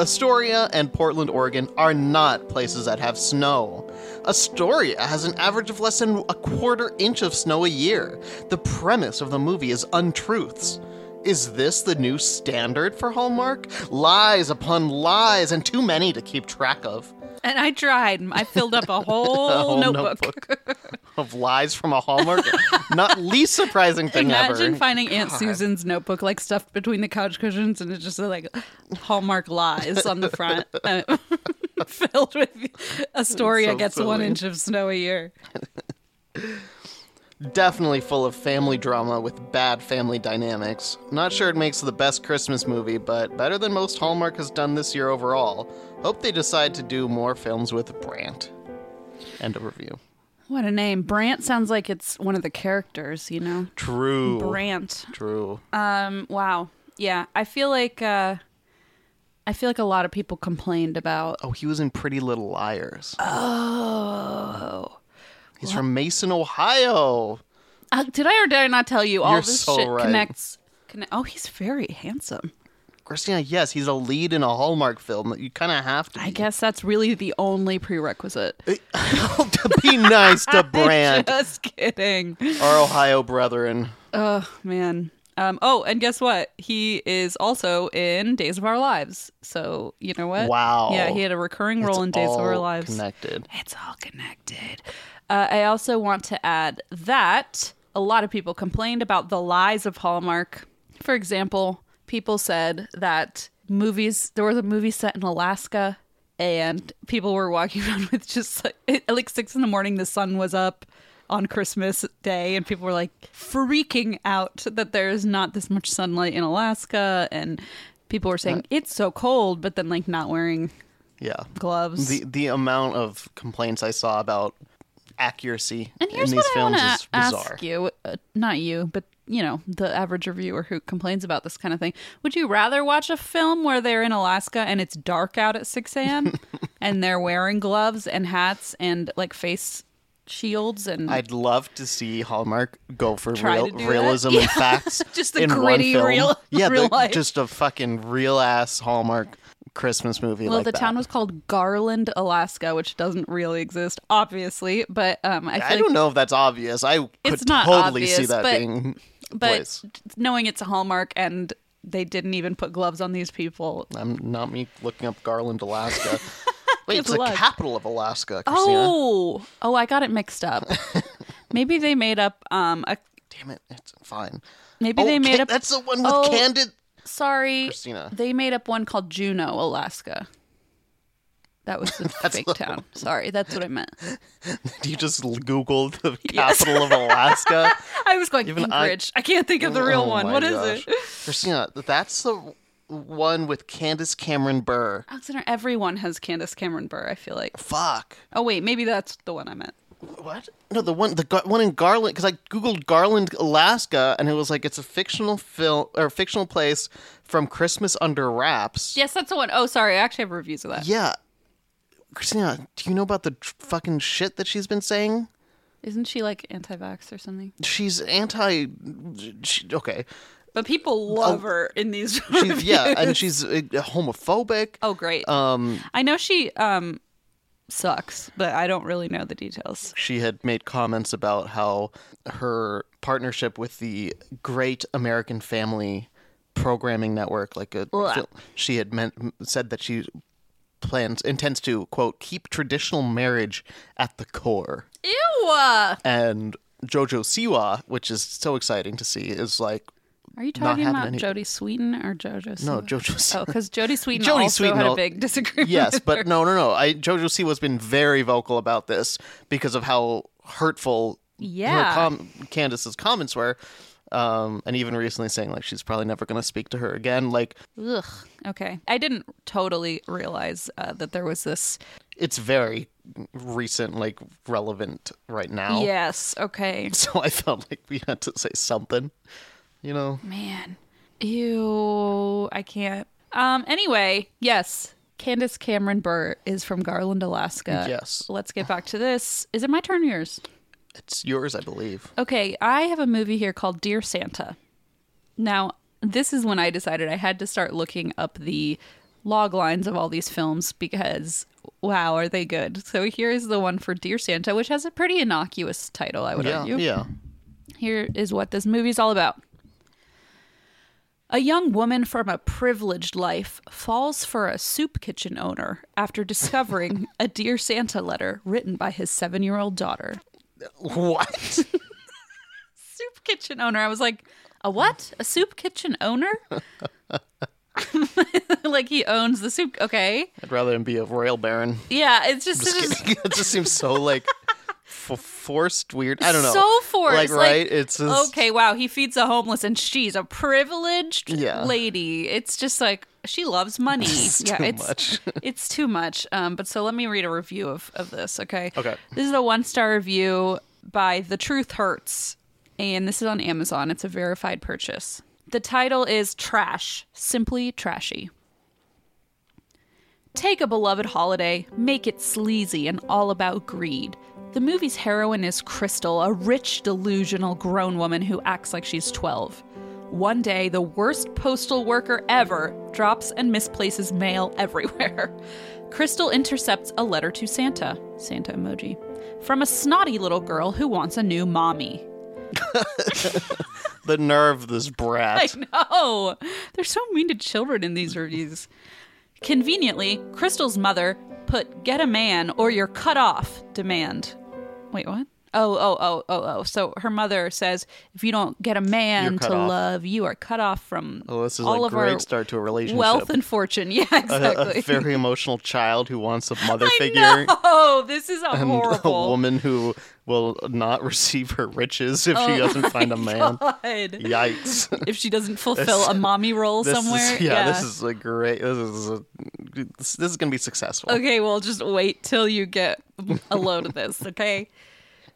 Astoria and Portland, Oregon are not places that have snow. Astoria has an average of less than a quarter inch of snow a year. The premise of the movie is untruths. Is this the new standard for Hallmark? Lies upon lies, and too many to keep track of. And I tried. I filled up a whole, whole notebook. of lies from a Hallmark. Not least surprising thing Imagine ever. finding Aunt Susan's notebook like stuffed between the couch cushions and it's just like Hallmark lies on the front, uh, filled with Astoria So gets one silly. inch of snow a year. Definitely full of family drama with bad family dynamics. Not sure it makes the best Christmas movie, but better than most Hallmark has done this year overall. Hope they decide to do more films with Brandt. End of review. What a name. Brant sounds like it's one of the characters, you know? True. Brant. True. Um, wow. Yeah. I feel like uh I feel like a lot of people complained about oh, he was in Pretty Little Liars. Uh, Oh. He's from Mason, Ohio. uh, did I or did I not tell you all You're this so shit right. connects conne- Oh, he's very handsome. Christina, yes, he's a lead in a Hallmark film. You kind of have to I guess that's really the only prerequisite. Uh, to be nice to Brandt, Just kidding. our Ohio brethren. Man. Um, oh, and guess what? He is also in Days of Our Lives. So you know what? Wow. Yeah, he had a recurring It's role in Days of Our all Lives. Connected. It's all connected. Uh, I also want to add that a lot of people complained about the lies of Hallmark. For example, people said that movies, there was a movie set in Alaska and people were walking around with just like, at like six in the morning, the sun was up on Christmas Day, and people were like freaking out that there is not this much sunlight in Alaska. And people were saying, it's so cold, but then like not wearing Yeah. gloves. The the amount of complaints I saw about accuracy And in here's these what I films wanna is bizarre. ask you, uh, not you, but you know, the average reviewer who complains about this kind of thing. Would you rather watch a film where they're in Alaska and it's dark out at 6 a.m. and they're wearing gloves and hats and like face shields and I'd love to see Hallmark go for Try real, to do realism that. and Yeah. facts. Just the in one gritty film. real- yeah, the- real life. just a fucking real ass Hallmark Christmas movie. well, like the that. town was called Garland, Alaska, which doesn't really exist, obviously. But um, I, feel I like- don't know if that's obvious. I could It's not totally see obvious, that but- being. But placed. knowing it's a hallmark and they didn't even put gloves on these people, I'm not me looking up Garland, Alaska. Wait, it's Good the luck. capital of Alaska, Christina. Oh, oh, I got it mixed up. maybe they made up. Um, a, Damn it, it's fine. maybe Oh, they made Ca- up. That's the one with Oh, candid. Sorry, Christina. They made up one called Juneau, Alaska. That was the fake town. Sorry, that's what I meant. You just l- Googled the Yes. capital of Alaska. I was going Even I- Anchorage. I, can't think of the real Oh one. my What is gosh. it? Christina, that's the one with Candace Cameron Burr. Alexander. Everyone has Candace Cameron Burr. I feel like. Fuck. Oh wait, maybe that's the one I meant. What? No, the one the gar- one in Garland because I googled Garland, Alaska, and it was like it's a fictional film or fictional place from Christmas Under Wraps. Yes, that's the one. Oh, sorry. I actually have reviews of that. Yeah. Christina, do you know about the tr- fucking shit that she's been saying? Isn't she like anti-vax or something? She's anti. She, okay. But people love her in these. Oh. She's, yeah, and she's uh, homophobic. Oh, great. Um, I know she um sucks, but I don't really know the details. she had made comments about how her partnership with the Great American Family Programming Network, like a, fil- she had meant, said that she plans intends to quote keep traditional marriage at the core, Ew! Are and Jojo Siwa, which is so exciting to see, is like you Not talking having about any- Jodie Sweetin or JoJo? no Siwa? Jojo. Oh, Siwa. because Jodie Sweetin Jodie also Sweetin had a al- big disagreement. yes, with her. but no, no, no. I Jojo Siwa's been very vocal about this because of how hurtful Yeah. her com- Candace's comments were. Um, and even recently saying like she's probably never going to speak to her again. Like Ugh. Okay, I didn't totally realize uh, that there was this. it's very recent, like relevant right now. Yes. Okay. So I felt like we had to say something, you know. Man. Ew. I can't. Um. Anyway. Yes. Candace Cameron Burr is from Garland, Alaska. Yes. Let's get back to this. Is it my turn or yours? It's yours, I believe. Okay, I have a movie here called Dear Santa. Now, this is when I decided I had to start looking up the log lines of all these films because wow, are they good. So here is the one for Dear Santa, which has a pretty innocuous title, I would Yeah, argue. yeah. Here is what this movie's all about. A young woman from a privileged life falls for a soup kitchen owner after discovering a Dear Santa letter written by his seven year old daughter What? soup kitchen owner. I was like, a what? A soup kitchen owner? like he owns the soup. Okay. I'd rather him be a royal baron. Yeah, it's just, Just it's just kidding. it just seems so like f- forced, weird. I don't know. so forced. Like, right? It's just, okay. Wow, he feeds the homeless, and she's a privileged Yeah. lady. It's just like she loves money. It's yeah, too it's much. it's too much. Um, but so let me read a review of of this. Okay. Okay. This is a one star review by The Truth Hurts, and this is on Amazon. It's a verified purchase. The title is Trash, simply trashy. Take a beloved holiday, make it sleazy and all about greed. The movie's heroine is Crystal, a rich, delusional grown woman who acts like she's 12. One day, the worst postal worker ever drops and misplaces mail everywhere. Crystal intercepts a letter to Santa, Santa emoji, from a snotty little girl who wants a new mommy. The nerve of this brat. No, they're so mean to children in these reviews. Conveniently, Crystal's mother put "Get a man or you're cut off" demand. Wait, what? Oh, oh, oh, oh, oh. So her mother says, if you don't get a man You're cut to off. love, you are cut off from Oh, this is all a of great our start to a relationship. wealth and fortune. Yeah, A- exactly. a, very emotional child who wants a mother figure. Oh, this is a And horrible a woman who will not receive her riches if she doesn't find a man. Oh God. Yikes. If she doesn't fulfill a mommy role This is- somewhere, yeah, this is a great. This is a, this, this is gonna be successful. Okay, well, just wait till you get a load of this, okay?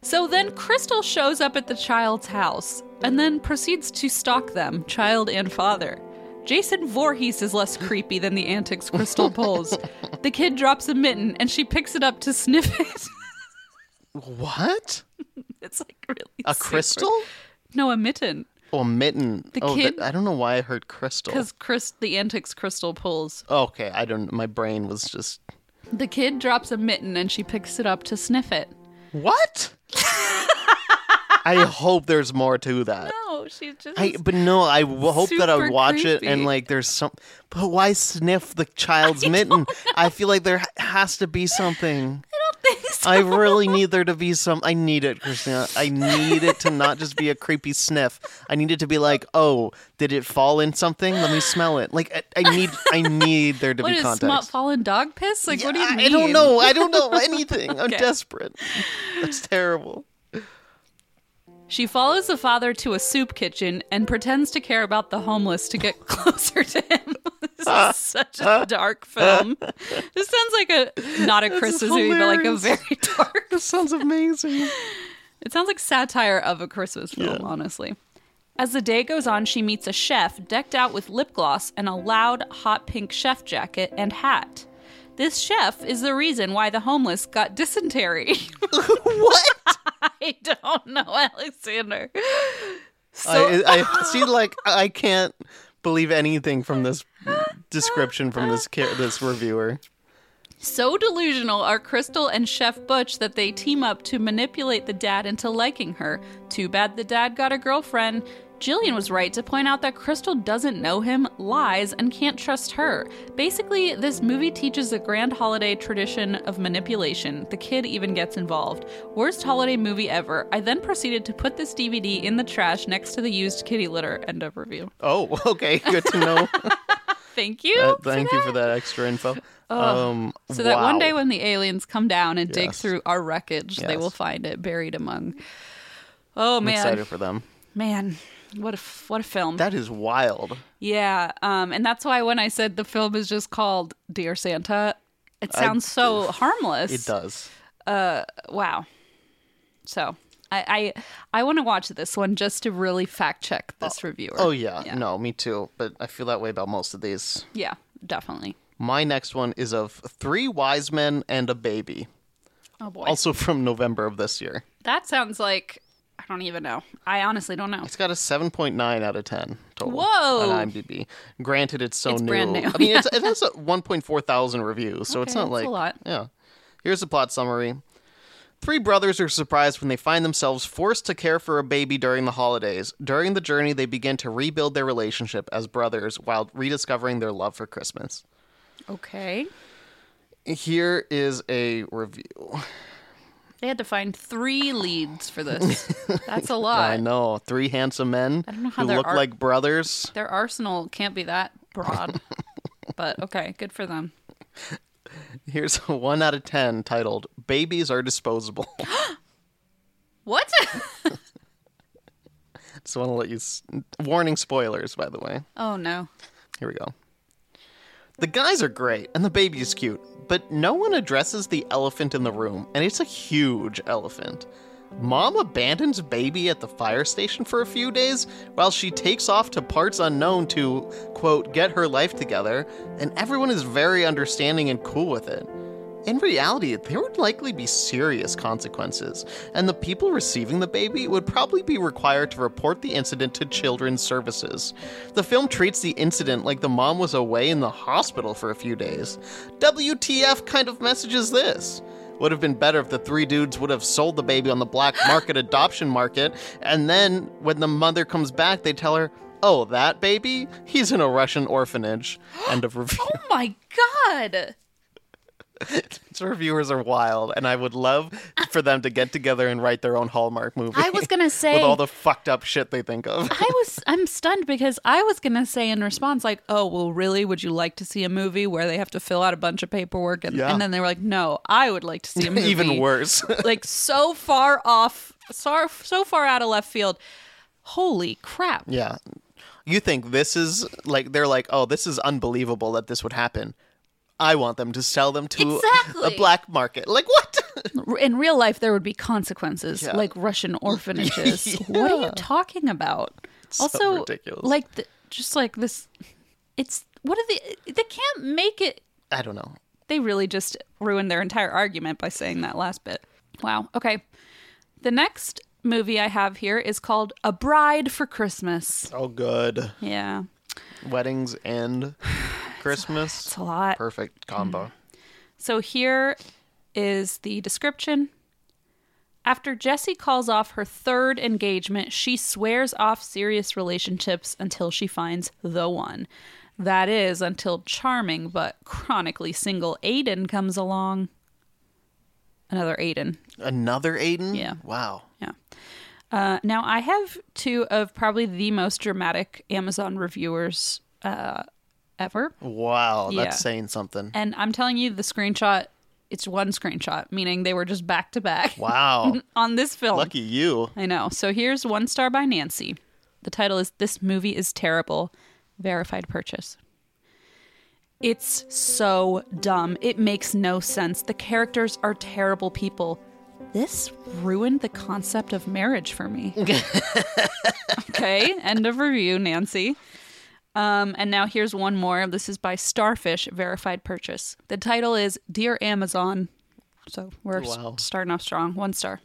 So then Crystal shows up at the child's house and then proceeds to stalk them, child and father. Jason Voorhees is less creepy than the antics Crystal pulls. the kid drops a mitten and she picks it up to sniff it. What? it's like really A super- crystal? No, a mitten. Oh, a mitten. The oh, kid- that, I don't know why I heard crystal. Because Chris, the antics Crystal pulls. Okay, I don't. My brain was just. The kid drops a mitten and she picks it up to sniff it. What? I hope there's more to that. No, Oh, she's just. I but no, I w- hope that I would Super watch it and creepy. like there's some. But why sniff the child's mitten? I feel like there ha- has to be something. I really need there to be some. I need it, Christina. I need it to not just be a creepy sniff. I need it to be like, oh, did it fall in something? Let me smell it. Like I, I need, I need there to What be is context. small fallen dog piss? Like, what do you mean? I don't know. I don't know anything. I'm Okay. desperate. That's terrible. She follows the father to a soup kitchen and pretends to care about the homeless to get closer to him. this is such a dark film. This sounds like a not a Christmas movie, but like a hilarious. very dark. This sounds amazing. It sounds like satire of a Christmas film, honestly. As the day goes on, she meets a chef decked out with lip gloss and a loud, hot pink chef jacket and hat. This chef is the reason why the homeless got dysentery. what? I don't know, Alexander. I, I see. Like I can't believe anything from this description from this ki- this reviewer. So delusional are Crystal and Chef Butch that they team up to manipulate the dad into liking her. Too bad the dad got a girlfriend. Jillian was right to point out that Crystal doesn't know him, lies, and can't trust her. Basically, this movie teaches the grand holiday tradition of manipulation. The kid even gets involved. Worst holiday movie ever. I then proceeded to put this DVD in the trash next to the used kitty litter. End of review. Oh, okay. Good to know. Thank you. Uh, for thank you for that extra info. um, Oh. So that one wow. day when the aliens come down and dig Yes. through our wreckage, they Yes. will find it buried among. Oh I'm man, excited for them. man, what a f- what a film! That is wild. yeah, um, and that's why when I said the film is just called Dear Santa, it sounds so harmless. It does. Wow. So I I, I want to watch this one just to really fact check this reviewer. Oh yeah, No, me too. But I feel that way about most of these. yeah, definitely. My next one is of three wise men and a baby. Oh boy, Also from November of this year. that sounds like I don't even know. I honestly don't know. It's got a 7.9 out of 10 total Whoa. on IMDb. Granted, it's so It's new. brand new. I mean, it's, it has a 1.4 thousand reviews, so it's Okay, not that's like a lot. Yeah. Here's the plot summary. Three brothers are surprised when they find themselves forced to care for a baby during the holidays. During the journey, they begin to rebuild their relationship as brothers while rediscovering their love for Christmas. Okay, Here is a Uh, review. they had to find three leads for this. That's a lot. I know three handsome men don't know how who there look are- like brothers. Their arsenal can't be that broad. but okay, good for them. Here's a one out of ten titled "Babies Are Disposable." What? Just want to let you. S- Warning spoilers, by the way. oh no. Here we go. The guys are great, and the baby's cute, but no one addresses the elephant in the room, and it's a huge elephant. Mom abandons baby at the fire station for a few days while she takes off to parts unknown to, quote, get her life together, and everyone is very understanding and cool with it. In reality, there would likely be serious consequences, and the people receiving the baby would probably be required to report the incident to Children's Services. The film treats the incident like the mom was away in the hospital for a few days. WTF kind of message is this? Would have been better if the three dudes would have sold the baby on the black market adoption market, and then when the mother comes back, they tell her, Oh, that baby? He's in a Russian orphanage. End of review. Oh my Oh, god. Reviewers are wild, and I would love for them to get together and write their own Hallmark movie. I was gonna say- with all the fucked up shit they think of. I was I'm stunned because I was gonna say in response like, oh well, really? Would you like to see a movie where they have to fill out a bunch of paperwork and, Yeah. and then they were like, no, I would like to see a movie Even worse. like so far off, so so far out of left field. Holy crap! yeah. You think this is like they're like, oh, this is unbelievable that this would happen. I want them to sell them to Exactly. a black market. Like what? In real life, there would be consequences Yeah. like Russian orphanages. What are you talking about? also, ridiculous. like the, just like this, it's what are the they can't make it I don't know. They really just ruined their entire argument by saying that last bit. Wow. Okay. The next movie I have here is called A Bride for Christmas. Oh, good. Yeah. Weddings and Christmas. It's a lot. Mm-hmm. Perfect combo. So here is the description. After Jessie calls off her third engagement, she swears off serious relationships until she finds the one. That is, until charming but chronically single Aiden comes along. Another Aiden. Another Aiden? Yeah. Wow. Yeah. Uh, now I have two of probably the most dramatic Amazon reviewers uh, ever, Wow. Yeah. That's saying something. and I'm telling you, the screenshot. It's one screenshot, meaning they were just back to back Wow. on this film. Lucky you. I know. So here's one star by Nancy. The title is This Movie is Terrible. Verified purchase. It's so dumb. It makes no sense. The characters are terrible people. This ruined the concept of marriage for me. okay, end of review, Nancy. Um, and now here's one more. This is by Starfish, verified purchase. The title is Dear Amazon. So we're s- Wow. starting off strong. One star.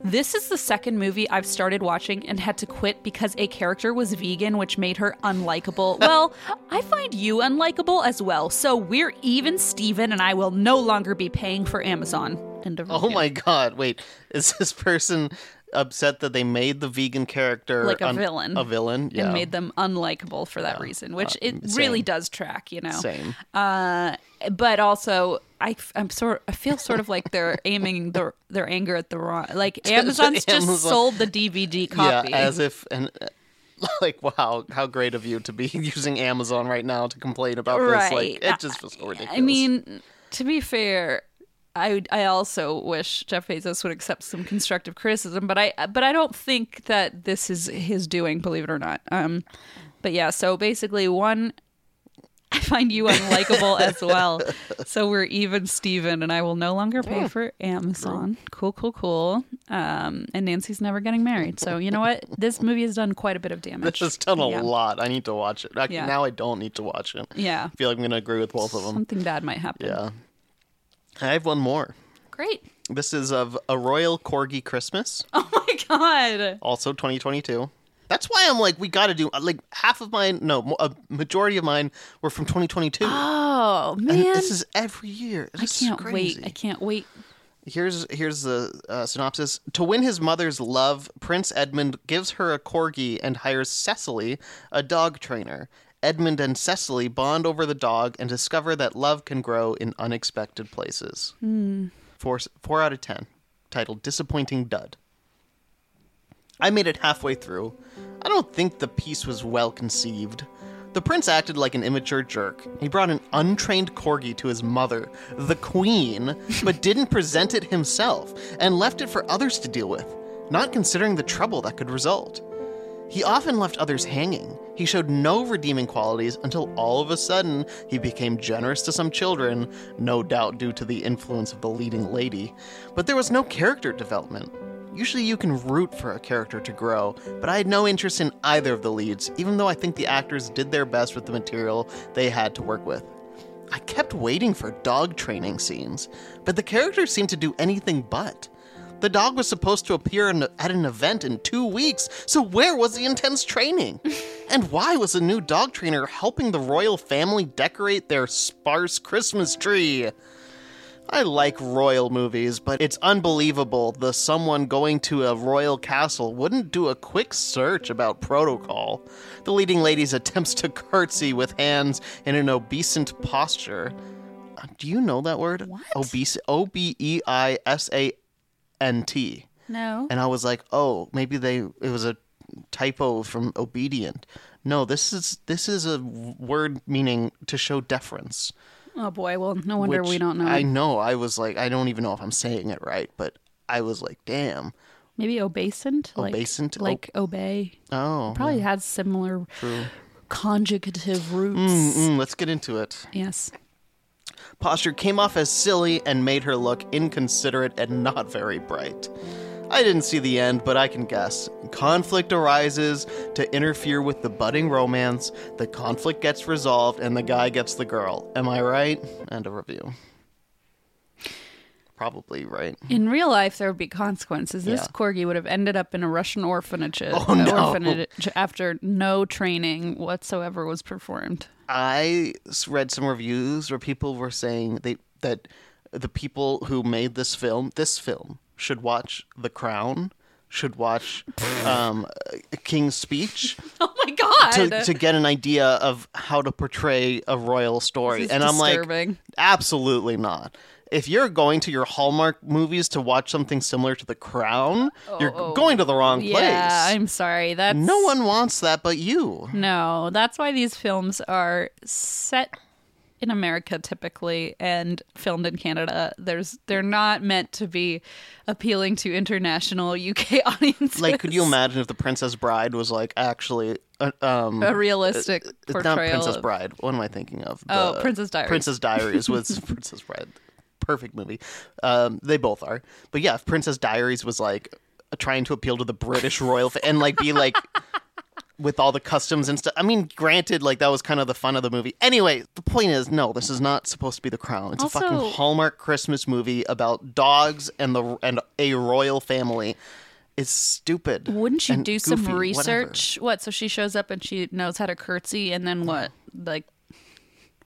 This is the second movie I've started watching and had to quit because a character was vegan, which made her unlikable. well, I find you unlikable as well, so we're even, Steven, and I will no longer be paying for Amazon. End of Oh review. my god. Wait. Is this person upset that they made the vegan character Like a un- villain. A villain? Yeah. Uh, And made them unlikable for that reason, which it really does track, you know. Same. Uh, but also, I, am sort, I feel sort of like they're aiming their their anger at the wrong. Like Amazon's just Amazon. sold the DVD copy. Yeah, as if and like wow, how great of you to be using Amazon right now to complain about this. Like Right. it just feels so ridiculous. I mean, to be fair, I would- I also wish Jeff Bezos would accept some constructive criticism, but I but I don't think that this is his doing, believe it or not. Um, but yeah, so basically, one, I find you unlikable as well, so we're even, Steven, and I will no longer pay for Amazon. Cool, cool, cool. Um, and Nancy's never getting married, so you know what? This movie has done quite a bit of damage. This has done a Yeah. lot. I need to watch it. I, Yeah. Now I don't need to watch it. Yeah. I feel like I'm going to agree with both of them. Something bad might happen. Yeah. I have one more. Great. This is of A Royal Corgi Christmas, Oh my god. also 2022. That's why I'm like, we got to do, like, half of mine, no, mo- a majority of mine were from 2022. Oh And man, this is every year. I can't wait! I can't. can't wait. Here's here's the uh, synopsis. To win his mother's love, Prince Edmund gives her a corgi and hires Cecily, a dog trainer. Edmund and Cecily bond over the dog and discover that love can grow in unexpected places. Hmm. Four four out of ten. Titled "Disappointing Dud." I made it halfway through. I don't think the piece was well conceived. The prince acted like an immature jerk. He brought an untrained corgi to his mother, the queen, but didn't present it himself and left it for others to deal with, not considering the trouble that could result. He often left others hanging. He showed no redeeming qualities until all of a sudden he became generous to some children, no doubt due to the influence of the leading lady. But there was no character development. Usually you can root for a character to grow, but I had no interest in either of the leads, even though I think the actors did their best with the material they had to work with. I kept waiting for dog training scenes, but the characters seemed to do anything but. The dog was supposed to appear in, at an event in two weeks, so where was the intense training? and why was a new dog trainer helping the royal family decorate their sparse Christmas tree? I like royal movies, but it's unbelievable the someone going to a royal castle wouldn't do a quick search about protocol. The leading lady's attempts to curtsy with hands in an obeisant posture. Uh, Do you know that word? What? Obese. O b e i s a n t. No. And I was like, oh, maybe they it was a typo from obedient. No, this is this is a word meaning to show deference. Oh boy. Well, no wonder which we don't know. I know. I was like, I don't even know if I'm saying it right, but I was like, damn. Maybe obescent. Like, Obescent? O- Like obey. Oh, Probably had similar conjugative roots. mm, let's get into it. Yes. Posture came off as silly and made her look inconsiderate and not very bright. I didn't see the end, but I can guess. Conflict arises to interfere with the budding romance, the conflict gets resolved, and the guy gets the girl. Am I right? End of review. Probably right. In real life, there would be consequences. This Yeah. corgi would have ended up in a Russian orphanage, Oh, no. orphanage after no training whatsoever was performed. I s- read some reviews where people were saying they that the people who made this film, this film, should watch The Crown, should watch um, King's Speech Oh my god! to, to get an idea of how to portray a royal story. This is and I'm disturbing. like, absolutely not. If you're going to your Hallmark movies to watch something similar to The Crown, you're going to the wrong Oh, yeah, place. I'm sorry. That's no one wants that but you. No, that's why these films are set in America typically and filmed in Canada. There's they're not meant to be appealing to international UK audiences. Like, could you imagine if the Princess Bride was like actually uh, um, a realistic It's portrayal? not Princess of- Bride. What am I thinking of? Oh, Princess Diaries. Princess Diaries was Princess Bride. Perfect movie. Um, they both are. But yeah, if Princess Diaries was like trying to appeal to the British royal fa- and like be like with all the customs and stuff. I mean, granted, like that was kind of the fun of the movie. Anyway, the point is, no, this is not supposed to be the crown. It's a fucking Also- Hallmark Christmas movie about dogs and the and a royal family. It's stupid. Wouldn't you and do some goofy, whatever. research? What? So she shows up and she knows how to curtsy, and then what? Like,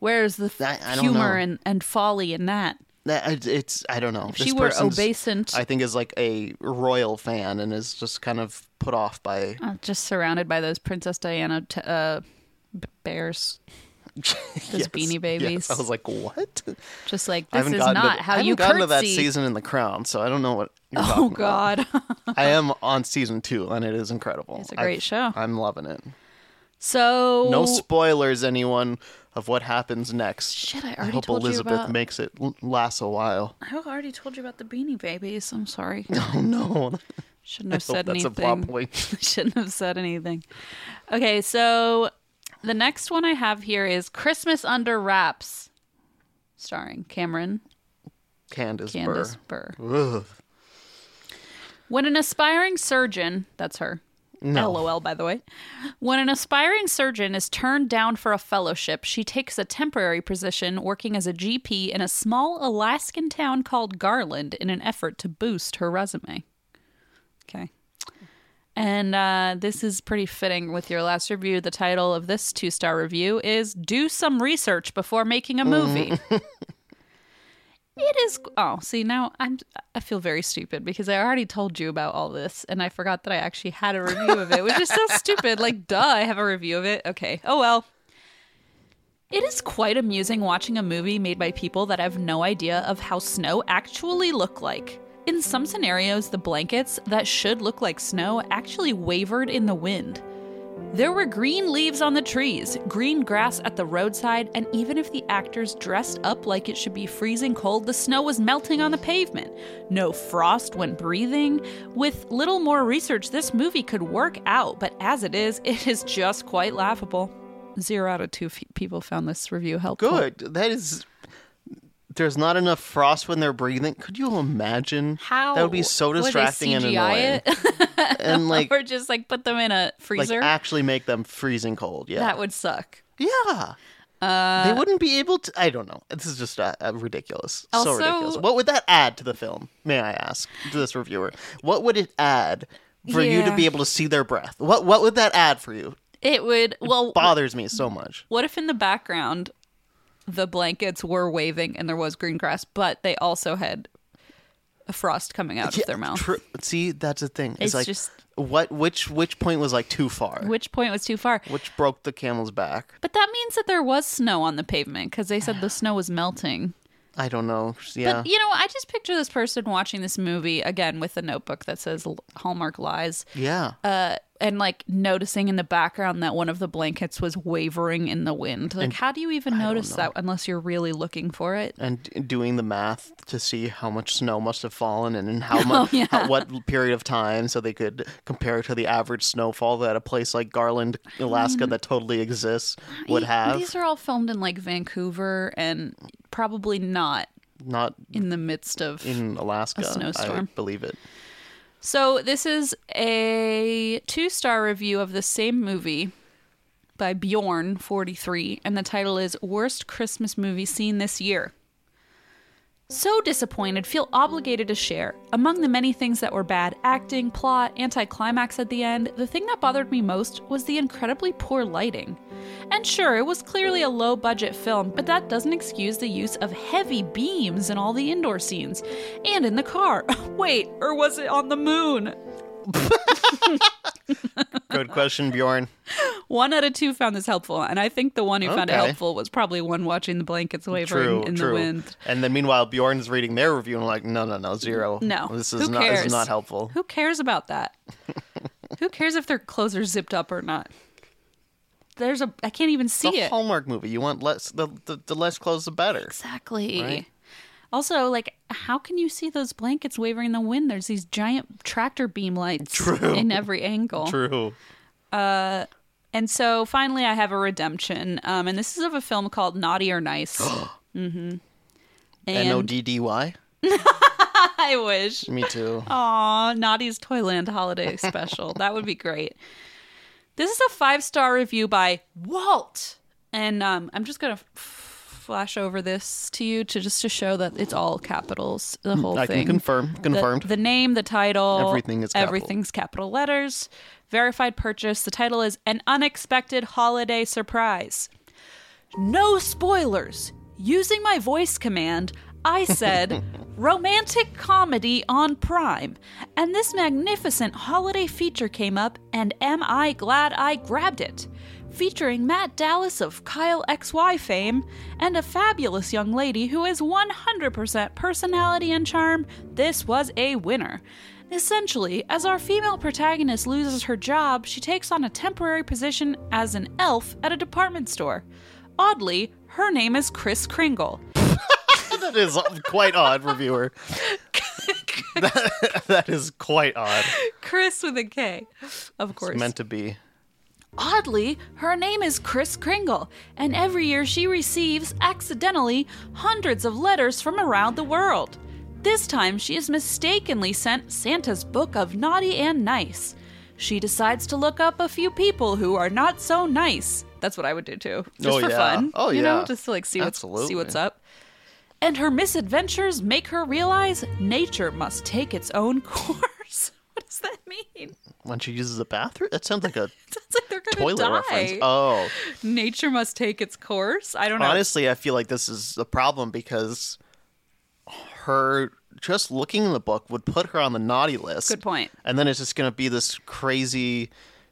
where's the I- I don't humor know. and, and folly in that? That- I- It's I don't know. If she were obescent- I think is like a royal fan and is just kind of put off by. I'm just surrounded by those Princess Diana t- uh, b- bears, those Yes, beanie babies. yes. I was like, what? just like I this haven't is gotten not to, how I haven't you gotten curtsy. to that season in The Crown, so I don't know what. You're Oh talking about. God. I am on season two, and it is incredible. It's a great show. I'm loving it. so No spoilers, anyone, of what happens next. Shit, I I already hope told you Elizabeth about- makes it l- last a while. I already told you about the beanie babies. I'm sorry. Oh no! Shouldn't have I hope said that's a anything. plot point. Shouldn't have said anything. Okay, so the next one I have here is Christmas Under Wraps, starring Cameron Candace, Candace Burr. Burr. Ugh. When an aspiring surgeon, that's her. LOL, by the way. When an aspiring surgeon is turned down for a fellowship, she takes a temporary position working as a GP in a small Alaskan town called Garland in an effort to boost her resume. Okay. And uh, this is pretty fitting with your last review. The title of this two star review is Do Some Research Before Making a Movie. It is. Oh, see now I'm. I feel very stupid because I already told you about all this, and I forgot that I actually had a review of it, which is so stupid. Like, duh, I have a review of it. Okay. Oh well. It is quite amusing watching a movie made by people that have no idea of how snow actually look like. In some scenarios, the blankets that should look like snow actually wavered in the wind. There were green leaves on the trees, green grass at the roadside, and even if the actors dressed up like it should be freezing cold, the snow was melting on the pavement. No frost when breathing. With little more research, this movie could work out, but as it is, it is just quite laughable. Zero out of two f- people found this review helpful. Good. That is. There's not enough frost when they're breathing. Could you imagine? How That would be so would they distracting and CGI annoying. it? And like, or just like put them in a like freezer. actually make them freezing cold. Yeah. that Uh, would suck. yeah. they wouldn't be able to. I don't know. This is just uh, uh, ridiculous. so Also- ridiculous. What would that add to the film? May I ask to this reviewer? What would it add for you to Yeah. be able to see their breath? What What would that add for you? It would. Well, Bothers me so much. What if in the background the blankets were waving and there was green grass, but they also had a frost coming out of their mouth? Tru- see, that's the thing. It's, It's like just- what which which point was like too far, Which point was too far? which broke the camel's back. But that means that there was snow on the pavement because they said the snow was melting. I don't know. Yeah. But you know, I just picture this person watching this movie again with a notebook that says L- Hallmark lies yeah. uh, and like noticing in the background that one of the blankets was wavering in the wind. Like, how do you even notice that unless you're really looking for it? and d- doing the math to see how much snow must have fallen and in Oh, how much how, what period of time so they could compare it to the average snowfall that a place like Garland, Alaska that totally exists would Y- have. These are all filmed in like Vancouver and probably not Not in the midst of. in Alaska. snowstorm. I believe it. So, this is a two star review of the same movie by Bjorn43, and the title is Worst Christmas Movie Seen This Year. So disappointed, feel obligated to share. Among the many things that were bad acting, plot, anticlimax at the end, the thing that bothered me most was the incredibly poor lighting. And sure, it was clearly a low budget film, but that doesn't excuse the use of heavy beams in all the indoor scenes and in the car. Wait, or was it on the moon? Good question, Bjorn. One out of two found this helpful, and I think the one who found it Okay. helpful was probably one watching the blankets wavering True, in the true. wind. And then meanwhile, Bjorn's reading their review and like, no, no, no, zero. No. this is Who not. This cares? is not helpful. Who cares about that? who cares if their clothes are zipped up or not? There's a I can't even see It's a it. Hallmark movie. You want less the, the, the less clothes, the better. Exactly. Right. Also, like, how can you see those blankets wavering in the wind? There's these giant tractor beam lights True. in every angle. True. And so finally, I have a redemption. Um, and this is of a film called Naughty or Nice. mm-hmm. N o And d d y. I wish. Me too. Aw, Naughty's Toyland Holiday Special. that would be great. This is a five star review by Walt. And um, I'm just going to f- flash over this to you to just to show that it's all capitals, the whole Hmm, I thing. can confirm. The- Confirmed. The, name, the title, Everything is capital. everything's capital letters. Verified purchase. The title is An Unexpected Holiday Surprise. No spoilers. Using my voice command, I said romantic comedy on Prime. And this magnificent holiday feature came up, and am I glad I grabbed it? Featuring Matt Dallas of Kyle XY fame and a fabulous young lady who is 100% personality and charm, this was a winner. Essentially, as our female protagonist loses her job, she takes on a temporary position as an elf at a department store. Oddly, her name is Chris Kringle. that is quite odd, reviewer. that, that is quite odd. Chris with a K, of course. It's meant to be. Oddly, her name is Chris Kringle, and every year she receives, accidentally, hundreds of letters from around the world. This time, she is mistakenly sent Santa's Book of Naughty and Nice. She decides to look up a few people who are not so nice. That's what I would do too, just Oh, for yeah. fun. Oh, you know, yeah. just to like see what's see Absolutely. what's up. And her misadventures make her realize nature must take its own course. what does that mean? When she uses the bathroom, that sounds like a Sounds like they're gonna toilet die. reference. Oh, Nature must take its course. I don't know. honestly, I feel like this is a problem because her just looking in the book would put her on the naughty list. Good point. And then it's just going to be this crazy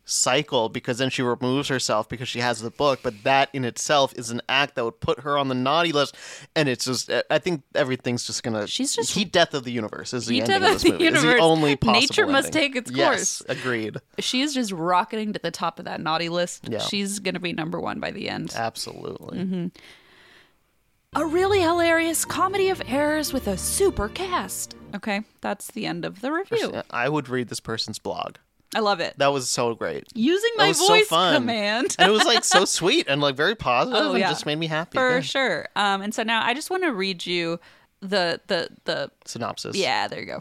cycle because then she removes herself because she has the book, but that in itself is an act that would put her on the naughty list. And it's just, I think everything's just going to. She's just- heat death of the universe is the Heat ending death of of this the movie. It's the universe. only Nature possible must ending. take its course. Yes, agreed. She is just rocketing to the top of that naughty list. Yeah. Uh, She's going to be number one by the end. Absolutely. Mm-hmm. A really hilarious comedy of errors with a super cast. Okay, that's the end of the review. I would read this person's blog. I love it. That was so great. Using That my was voice so fun. command. and it was like so sweet and like very positive Oh, and yeah. just made me happy. For Yeah. sure. Um, and so now I just want to read you the the the Synopsis. Yeah, there you go.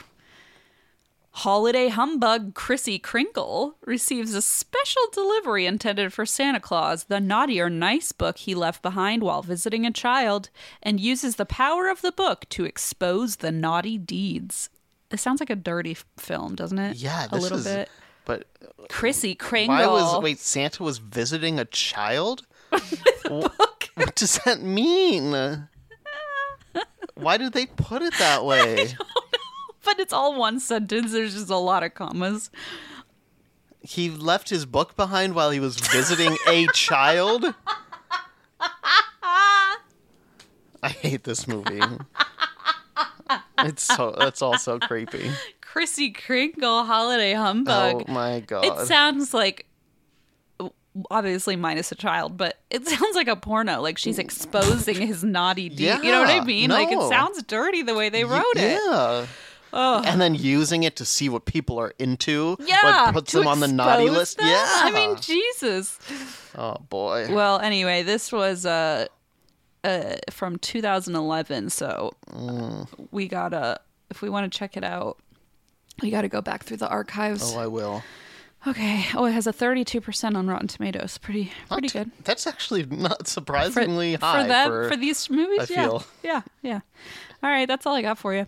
Holiday humbug Chrissy Kringle receives a special delivery intended for Santa Claus, the naughty or nice book he left behind while visiting a child, and uses the power of the book to expose the naughty deeds. It sounds like a dirty f- film, doesn't it? Yeah, a this little is, bit. But Chrissy Kringle. why was wait Santa was visiting a child? Wh- What does that mean? Why did they put it that way? But it's all one sentence. There's just a lot of commas. He left his book behind while he was visiting a child. I hate this movie. it's so that's all so creepy. Chrissy Kringle holiday humbug. Oh my god. It sounds like obviously minus a child, but it sounds like a porno. Like she's exposing his naughty deed. you know what I Yeah, mean? Like it no. sounds dirty the way they Y- wrote it. Yeah. And then using it to see what people are into. Yeah, Like puts to them on the naughty expose list. them? Yeah. I mean Jesus. oh boy. Well, anyway, this was uh, uh from 2011, so Mm. uh, we gotta if we want to check it out, we gotta go back through the archives. oh, I will. okay. Oh, it has a 32% on Rotten Tomatoes. Pretty pretty Not- good. That's actually not surprisingly for high them for, these movies. I yeah, feel. yeah, yeah. All right, that's all I got for you.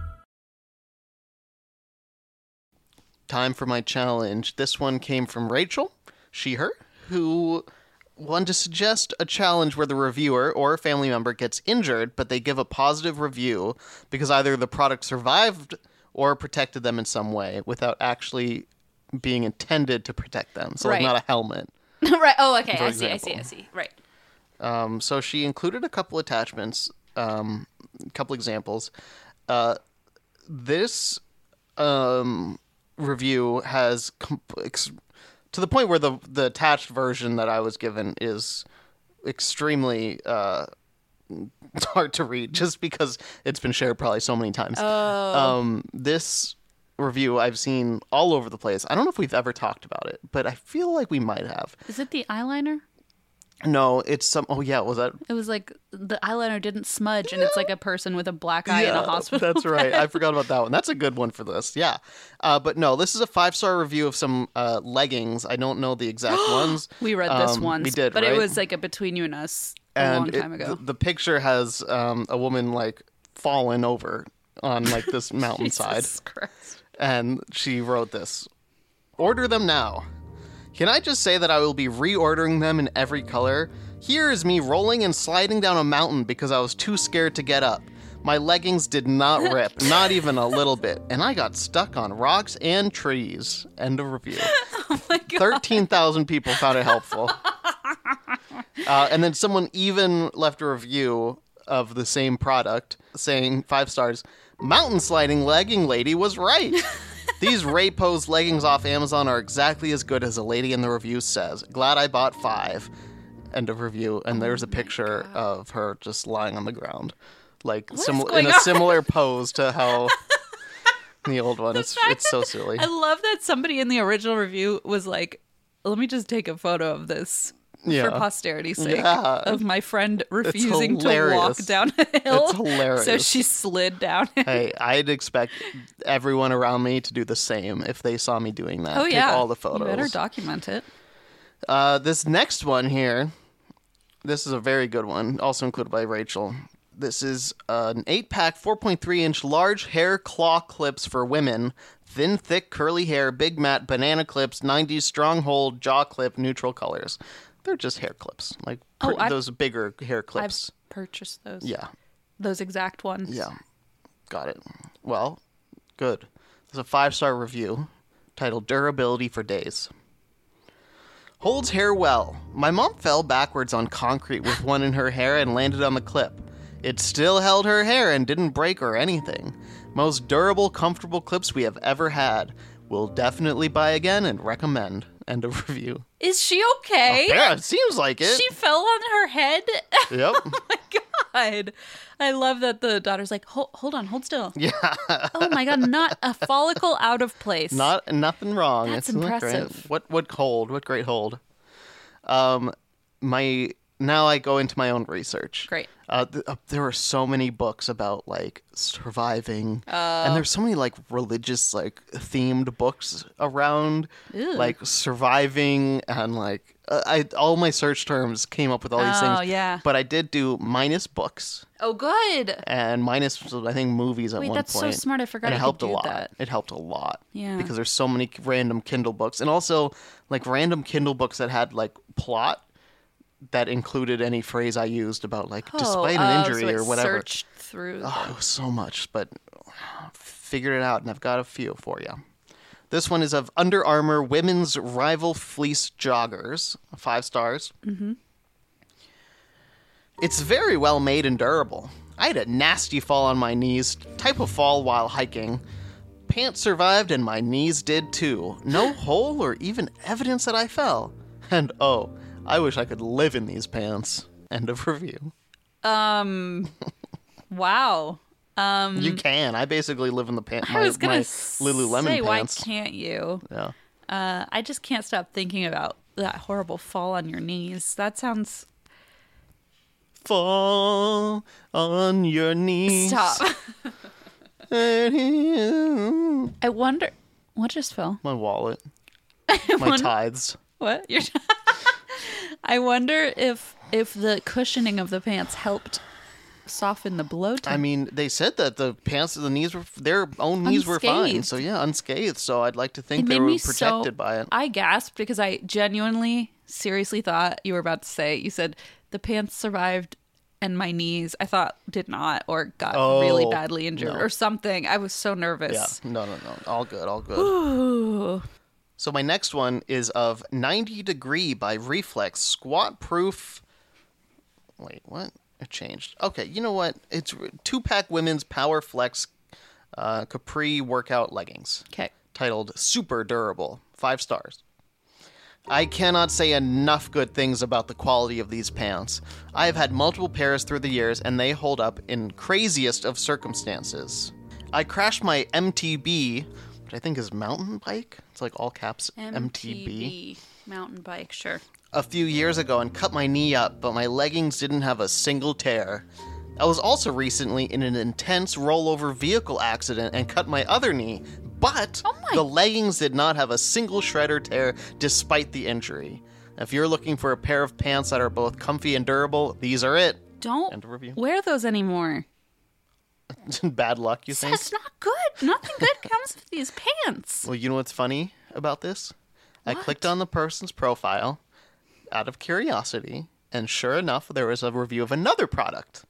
Time for my challenge. This one came from Rachel, she, her, who wanted to suggest a challenge where the reviewer or a family member gets injured, but they give a positive review because either the product survived or protected them in some way without actually being intended to protect them. So, Right. like, not a helmet. right. Oh, okay. For I see. I see. I example. see. Right. Um, so she included a couple attachments, um, a couple examples. Uh, this um, review has com- ex- to the point where the the attached version that I was given is extremely uh, hard to read, just because it's been shared probably so many times. Um, this review I've seen all over the place. I don't know if we've ever talked about it, but I feel like we might have. Is it the eyeliner? No, it's some. Oh yeah, was that It was like the eyeliner didn't smudge, and it's like a person with a black eye in a hospital. That's right. I forgot about that one. That's a good one for this. Yeah. Uh, but no, this is a five star review of some uh, leggings. I don't know the exact ones. We read this Um, once. We did, but it right? was like a between you and us a and long it- time ago. th- the picture has um, a woman like fallen over on like this mountainside, Jesus Christ. and she wrote this: "Order them now." Can I just say that I will be reordering them in every color? Here is me rolling and sliding down a mountain because I was too scared to get up. My leggings did not rip, not even a little bit, and I got stuck on rocks and trees. End of review. 13,000 people found it helpful. Uh, and then someone even left a review of the same product saying five stars mountain sliding legging lady was right these ray pose leggings off amazon are exactly as good as the lady in the review says glad i bought five end of review Oh and there's a picture of her just lying on the ground like sim- in going a on? similar pose to how the old one it's, it's so silly I love that somebody in the original review was like, "Let me just take a photo of this." Yeah. For posterity's sake, Yeah. of my friend refusing to walk hilarious. down a hill, It's hilarious. so she slid down. Hey, I'd expect everyone around me to do the same if they saw me doing that. Oh Take yeah, all the You better photos. document it. uh, this next one here, this is a very good one, also included by Rachel. This is an eight pack, 4.3 inch large hair claw clips for women. Thin, thick, curly hair, big mat, banana clips, 90s stronghold, jaw clip, neutral colors. They're just hair clips, like Oh, pr- I've- those bigger hair I've clips. purchased those. Yeah. those exact ones. Yeah. Got it. Well, good. There's a five star review titled Durability for Days. Holds hair well. My mom fell backwards on concrete with one in her hair and landed on the clip. It still held her hair and didn't break or anything. Most durable, comfortable clips we have ever had. Will definitely buy again and recommend. End of review. Is she okay? Yeah, it seems like it. She fell on her head. Yep. God, I love that the daughter's like, hold, hold on, hold still. Yeah. oh my God, not a follicle out of place. Not nothing wrong. That's Isn't that great? impressive. What what hold? What great hold? Um, my now I go into my own research. Great. Uh, th- uh, there are so many books about like surviving, Oh. and there's so many like religious like themed books around, Ew. like surviving and like uh, I all my search terms came up with all these Oh, things. yeah. But I did do minus books Oh, good. and minus I think movies at Wait, one that's so point. smart. I forgot And I it could helped a do lot. that. It helped a lot. Yeah. Because there's so many random Kindle books and also like random Kindle books that had like plot that included any phrase I used about like despite an oh, injury so it or whatever. Searched through. Oh, it was so much, but figured it out and I've got a few for you. This one is of Under Armour women's rival fleece joggers, five stars. Mm-hmm. It's very well made and durable. I had a nasty fall on my knees, type of fall while hiking. Pants survived and my knees did too. No hole or even evidence that I fell. And oh, I wish I could live in these pants. End of review. Um, wow. Um, you can. I basically live in the pants. I My, was gonna my Say, Lululemon why pants. can't you? Yeah. Uh, I just can't stop thinking about that horrible fall on your knees. That sounds Fall on your knees. stop. I wonder what just fell. My wallet. My wonder- tithes. What? You're... I wonder if if the cushioning of the pants helped soften the blow. To I mean, they said that the pants of the knees were their own knees were fine. Unscathed. So yeah, unscathed. So I'd like to think it they made were me protected so. by it. I gasped because I genuinely, seriously thought you were about to say. You said the pants survived. And my knees, I thought, did not or got really Oh, badly injured no. or something. I was so Yeah. nervous. No, no, no. All good. All good. Ooh. so my next one is of 90 degree by Reflex squat proof. Wait, what? It changed. Okay, you know what? It's two pack women's power flex uh, capri workout leggings. Okay. Titled Super Durable. Five stars. I cannot say enough good things about the quality of these pants. I have had multiple pairs through the years and they hold up in craziest of circumstances. I crashed my MTB, which I think is mountain bike. It's like all caps MTB MTB. Mountain bike, sure. a few years ago and cut my knee up, but my leggings didn't have a single tear. I was also recently in an intense rollover vehicle accident and cut my other knee, but the leggings did not have a single shred or tear despite the injury. If you're looking for a pair of pants that are both comfy and durable, these are it. Don't End of review. wear those anymore. Bad luck, you think? That's not good. Nothing good comes with these pants. Well, you know what's funny about this? I clicked on the person's profile out of curiosity, and sure enough, there was a review of another product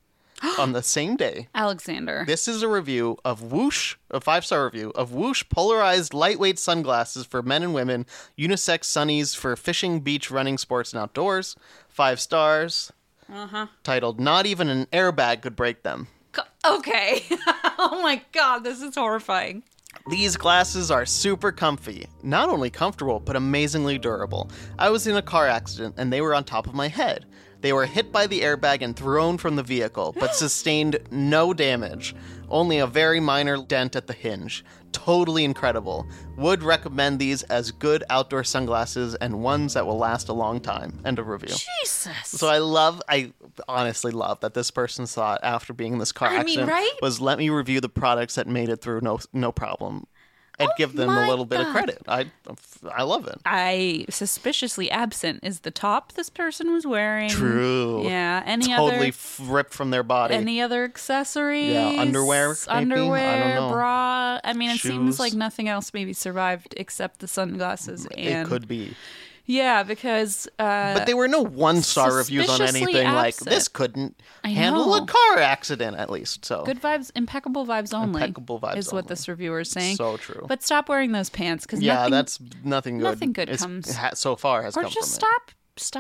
on the same day. Alexander. This is a review of Whoosh, a five star review of Whoosh polarized lightweight sunglasses for men and women, unisex sunnies for fishing, beach, running, sports, and outdoors. Five stars, Uh huh. titled Not Even an Airbag Could Break Them. Okay. oh my god, this is horrifying. These glasses are super comfy. Not only comfortable, but amazingly durable. I was in a car accident and they were on top of my head. They were hit by the airbag and thrown from the vehicle, but sustained no damage. Only a very minor dent at the hinge. Totally incredible. Would recommend these as good outdoor sunglasses and ones that will last a long time. End of review. Jesus. So I love, I honestly love that this person thought after being in this car I mean, accident right? was let me review the products that made it through no no problem. I'd give them Oh my a little bit of God. credit. I I love it. I suspiciously absent is the top this person was wearing. True. Yeah. Any totally other f- ripped from their body. any other accessories? Yeah, underwear, maybe? I don't Underwear, know. bra. I mean, it Shoes. seems like nothing else maybe survived except the sunglasses and it could be, Yeah, because uh but there were no one star reviews on suspiciously anything. Like absent. this couldn't I handle a know. car accident at least. So Good vibes, impeccable vibes only. Impeccable vibes is what only. this reviewer is saying. So true. But stop wearing those pants because yeah, nothing, that's nothing good. nothing good is- comes- ha- so far has or come just from it. stop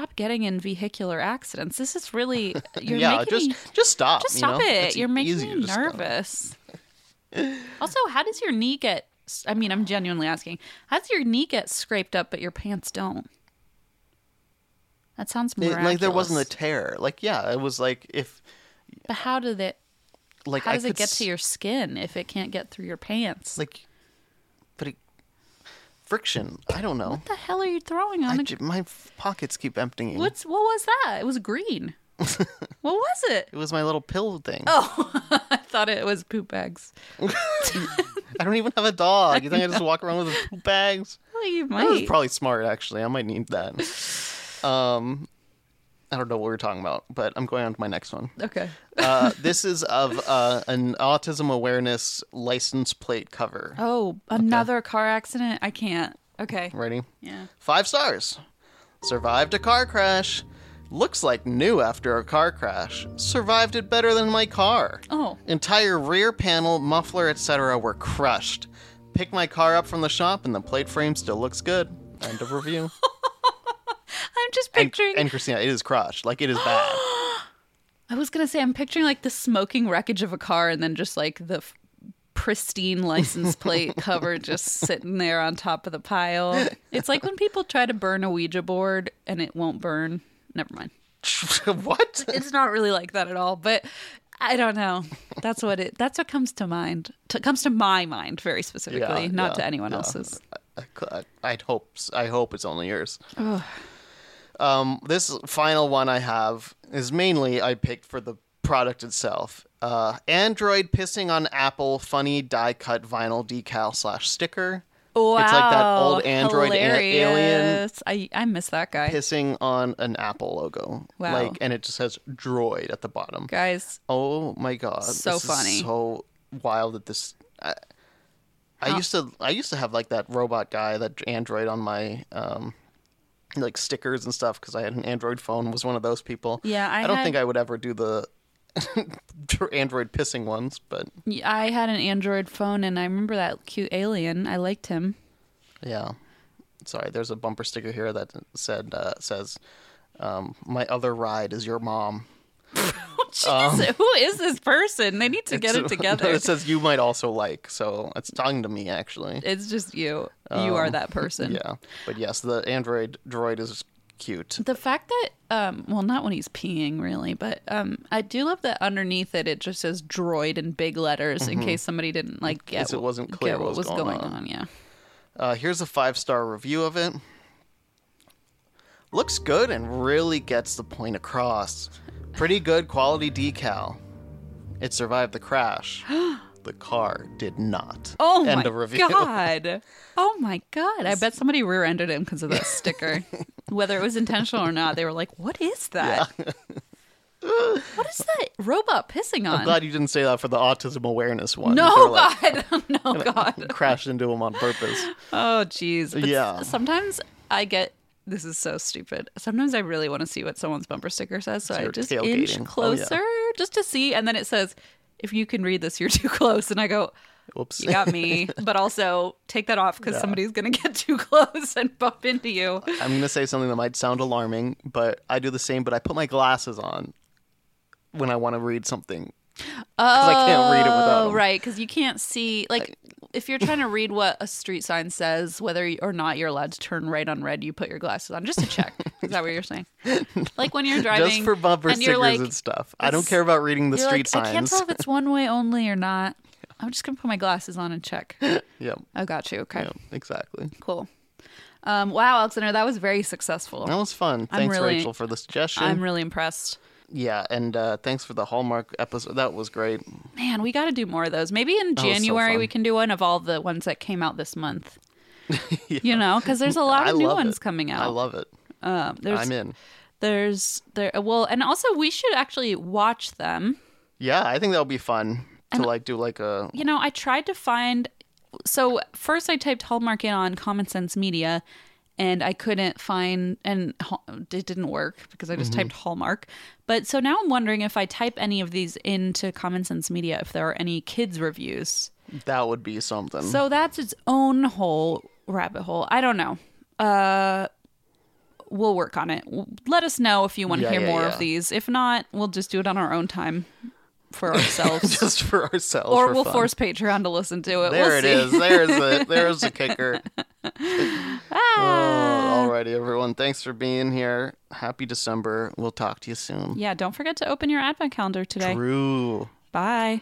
stop getting in vehicular accidents. This is really you're yeah, making just me, just stop. just Uh, you stop know? it. It's you're making easier me to stop. nervous. also, how does your knee get? I mean, I'm genuinely asking. How does your knee get scraped up, but your pants don't? That sounds It- miraculous. like there wasn't a tear. Like yeah, it was like if But how did it? like How I does it could get s- to your skin if it can't get through your pants? like, but it, friction. I don't know. What the hell are you throwing I on the? ju- my f- pockets keep emptying. What's what was that? It was green. what was it? It was my little pill thing. Oh, I thought it was poop bags. I don't even have a dog. You think I just walk around with poop bags? Well, you That was might. probably smart, actually. I might need that. Um, I don't know what we're talking about, but I'm going on to my next one. okay. Uh, this is of uh, an autism awareness license plate cover. Oh, another car accident. I can't. Okay. Ready? Yeah. Five stars. Survived a car crash. Looks like new after a car crash. Survived it better than my car. Oh. Entire rear panel, muffler, etc. were crushed. Pick my car up from the shop and the plate frame still looks good. End of review. I'm just and, picturing. and Christina, it is crushed. Like it is bad. I was gonna say I'm picturing like the smoking wreckage of a car, and then just like the f- pristine license plate cover just sitting there on top of the pile. It's like when people try to burn a Ouija board and it won't burn. Never mind. what? It's not really like that at all, but I don't know. That's what it. That's what comes to mind. T- comes to my mind very specifically, not yeah, to anyone yeah. else's. I, I, I'd hope. s- I hope it's only yours. Um, this final one I have is mainly I picked for the product itself. Uh, Android pissing on Apple, funny die cut vinyl decal slash sticker. It's like that Wow, old Android a- alien hilarious. I I miss that guy, pissing on an Apple logo. Wow. Like, and it just says droid at the bottom. guys. Oh my god! So this is funny. so wild that this. I, I used to I used to have like that robot guy, that android on my um, like stickers and stuff because I had an android phone. Was one of those people. Yeah, I don't had- think I would ever do the android pissing ones, but Y- I had an Android phone, and I remember that cute alien. I liked him. yeah. Sorry, there's a bumper sticker here that said uh, says, um, "My other ride is your mom." Jesus, Um, who is this person? They need to get it Oh, It's- together. it says you might also like, so it's talking to me actually. it's just you. You are that person. Um, Yeah, but yes, the android droid is cute. The fact that, um, well, not when he's peeing, really, but um, I do love that underneath it, it just says "droid" in big letters in case somebody didn't like get Mm-hmm. case it wasn't clear get what what was was going, going on. on. Yeah, Uh, here's a five star review of it. Looks good and really gets the point across. Pretty good quality decal. It survived the crash. the car did not. Oh End my of review. god! Oh my god! I bet somebody rear-ended him because of that sticker. Whether it was intentional or not, they were like, "What is that? what is that robot pissing on?" I'm glad you didn't say that for the autism awareness one. They're no like, god, no god! crashed into him on purpose. Oh jeez. But s- Yeah. Sometimes I get this is so stupid. Sometimes I really want to see what someone's bumper sticker says, so I you're just tailgating. Oh, yeah. inch closer just to see, and then it says, "If you can read this, you're too close." And I go. Whoops. You got me, but also take that off because somebody's gonna get too close and bump into you. I'm going to say something that might sound alarming, but I do the same, but I put my glasses on when I want to read something. Because I can't read it without Oh, them. right, because you can't see. Like, if you're trying to read what a street sign says, whether you- or not you're allowed to turn right on red, you put your glasses on just to check. Is that what you're saying? Like when you're driving, Just for bumper and you're stickers like, and stuff. I don't care about reading the you're street like, signs. I can't tell if it's one way only or not. I'm just gonna put my glasses on and check. yep. I got you. Okay, Yep. Exactly. cool. Um, wow, Alexander, that was very successful. That was fun. Thanks, really- Rachel, for the suggestion. I'm really impressed. yeah, and uh, thanks for the Hallmark episode. That was great. Man, we got to do more of those. Maybe in was so January we fun. can do one of all the ones that came out this month. You know, because there's a lot I of new love ones it. coming out. I love it. Um, there's, I'm in. There's there. Well, and also we should actually watch them. Yeah, I think that'll be fun to like do like a You know, I tried to find. So first, I typed Hallmark in on Common Sense Media, and I couldn't find, and Hall- it didn't work because I Mm-hmm. just typed Hallmark. But so now I'm wondering if I type any of these into Common Sense Media, if there are any kids reviews. that would be something. So that's its own whole rabbit hole. I don't know. Uh, we'll work on it. W- Let us know if you want to Yeah, hear yeah, more yeah. of these. If not, we'll just do it on our own time for ourselves, just for ourselves. or for we'll fun. force Patreon to listen to it. There we'll it see. is. There's the there's the kicker. Ah. Oh, alrighty, everyone. Thanks for being here. Happy December. We'll talk to you soon. Yeah, don't forget to open your advent calendar today. True. Bye.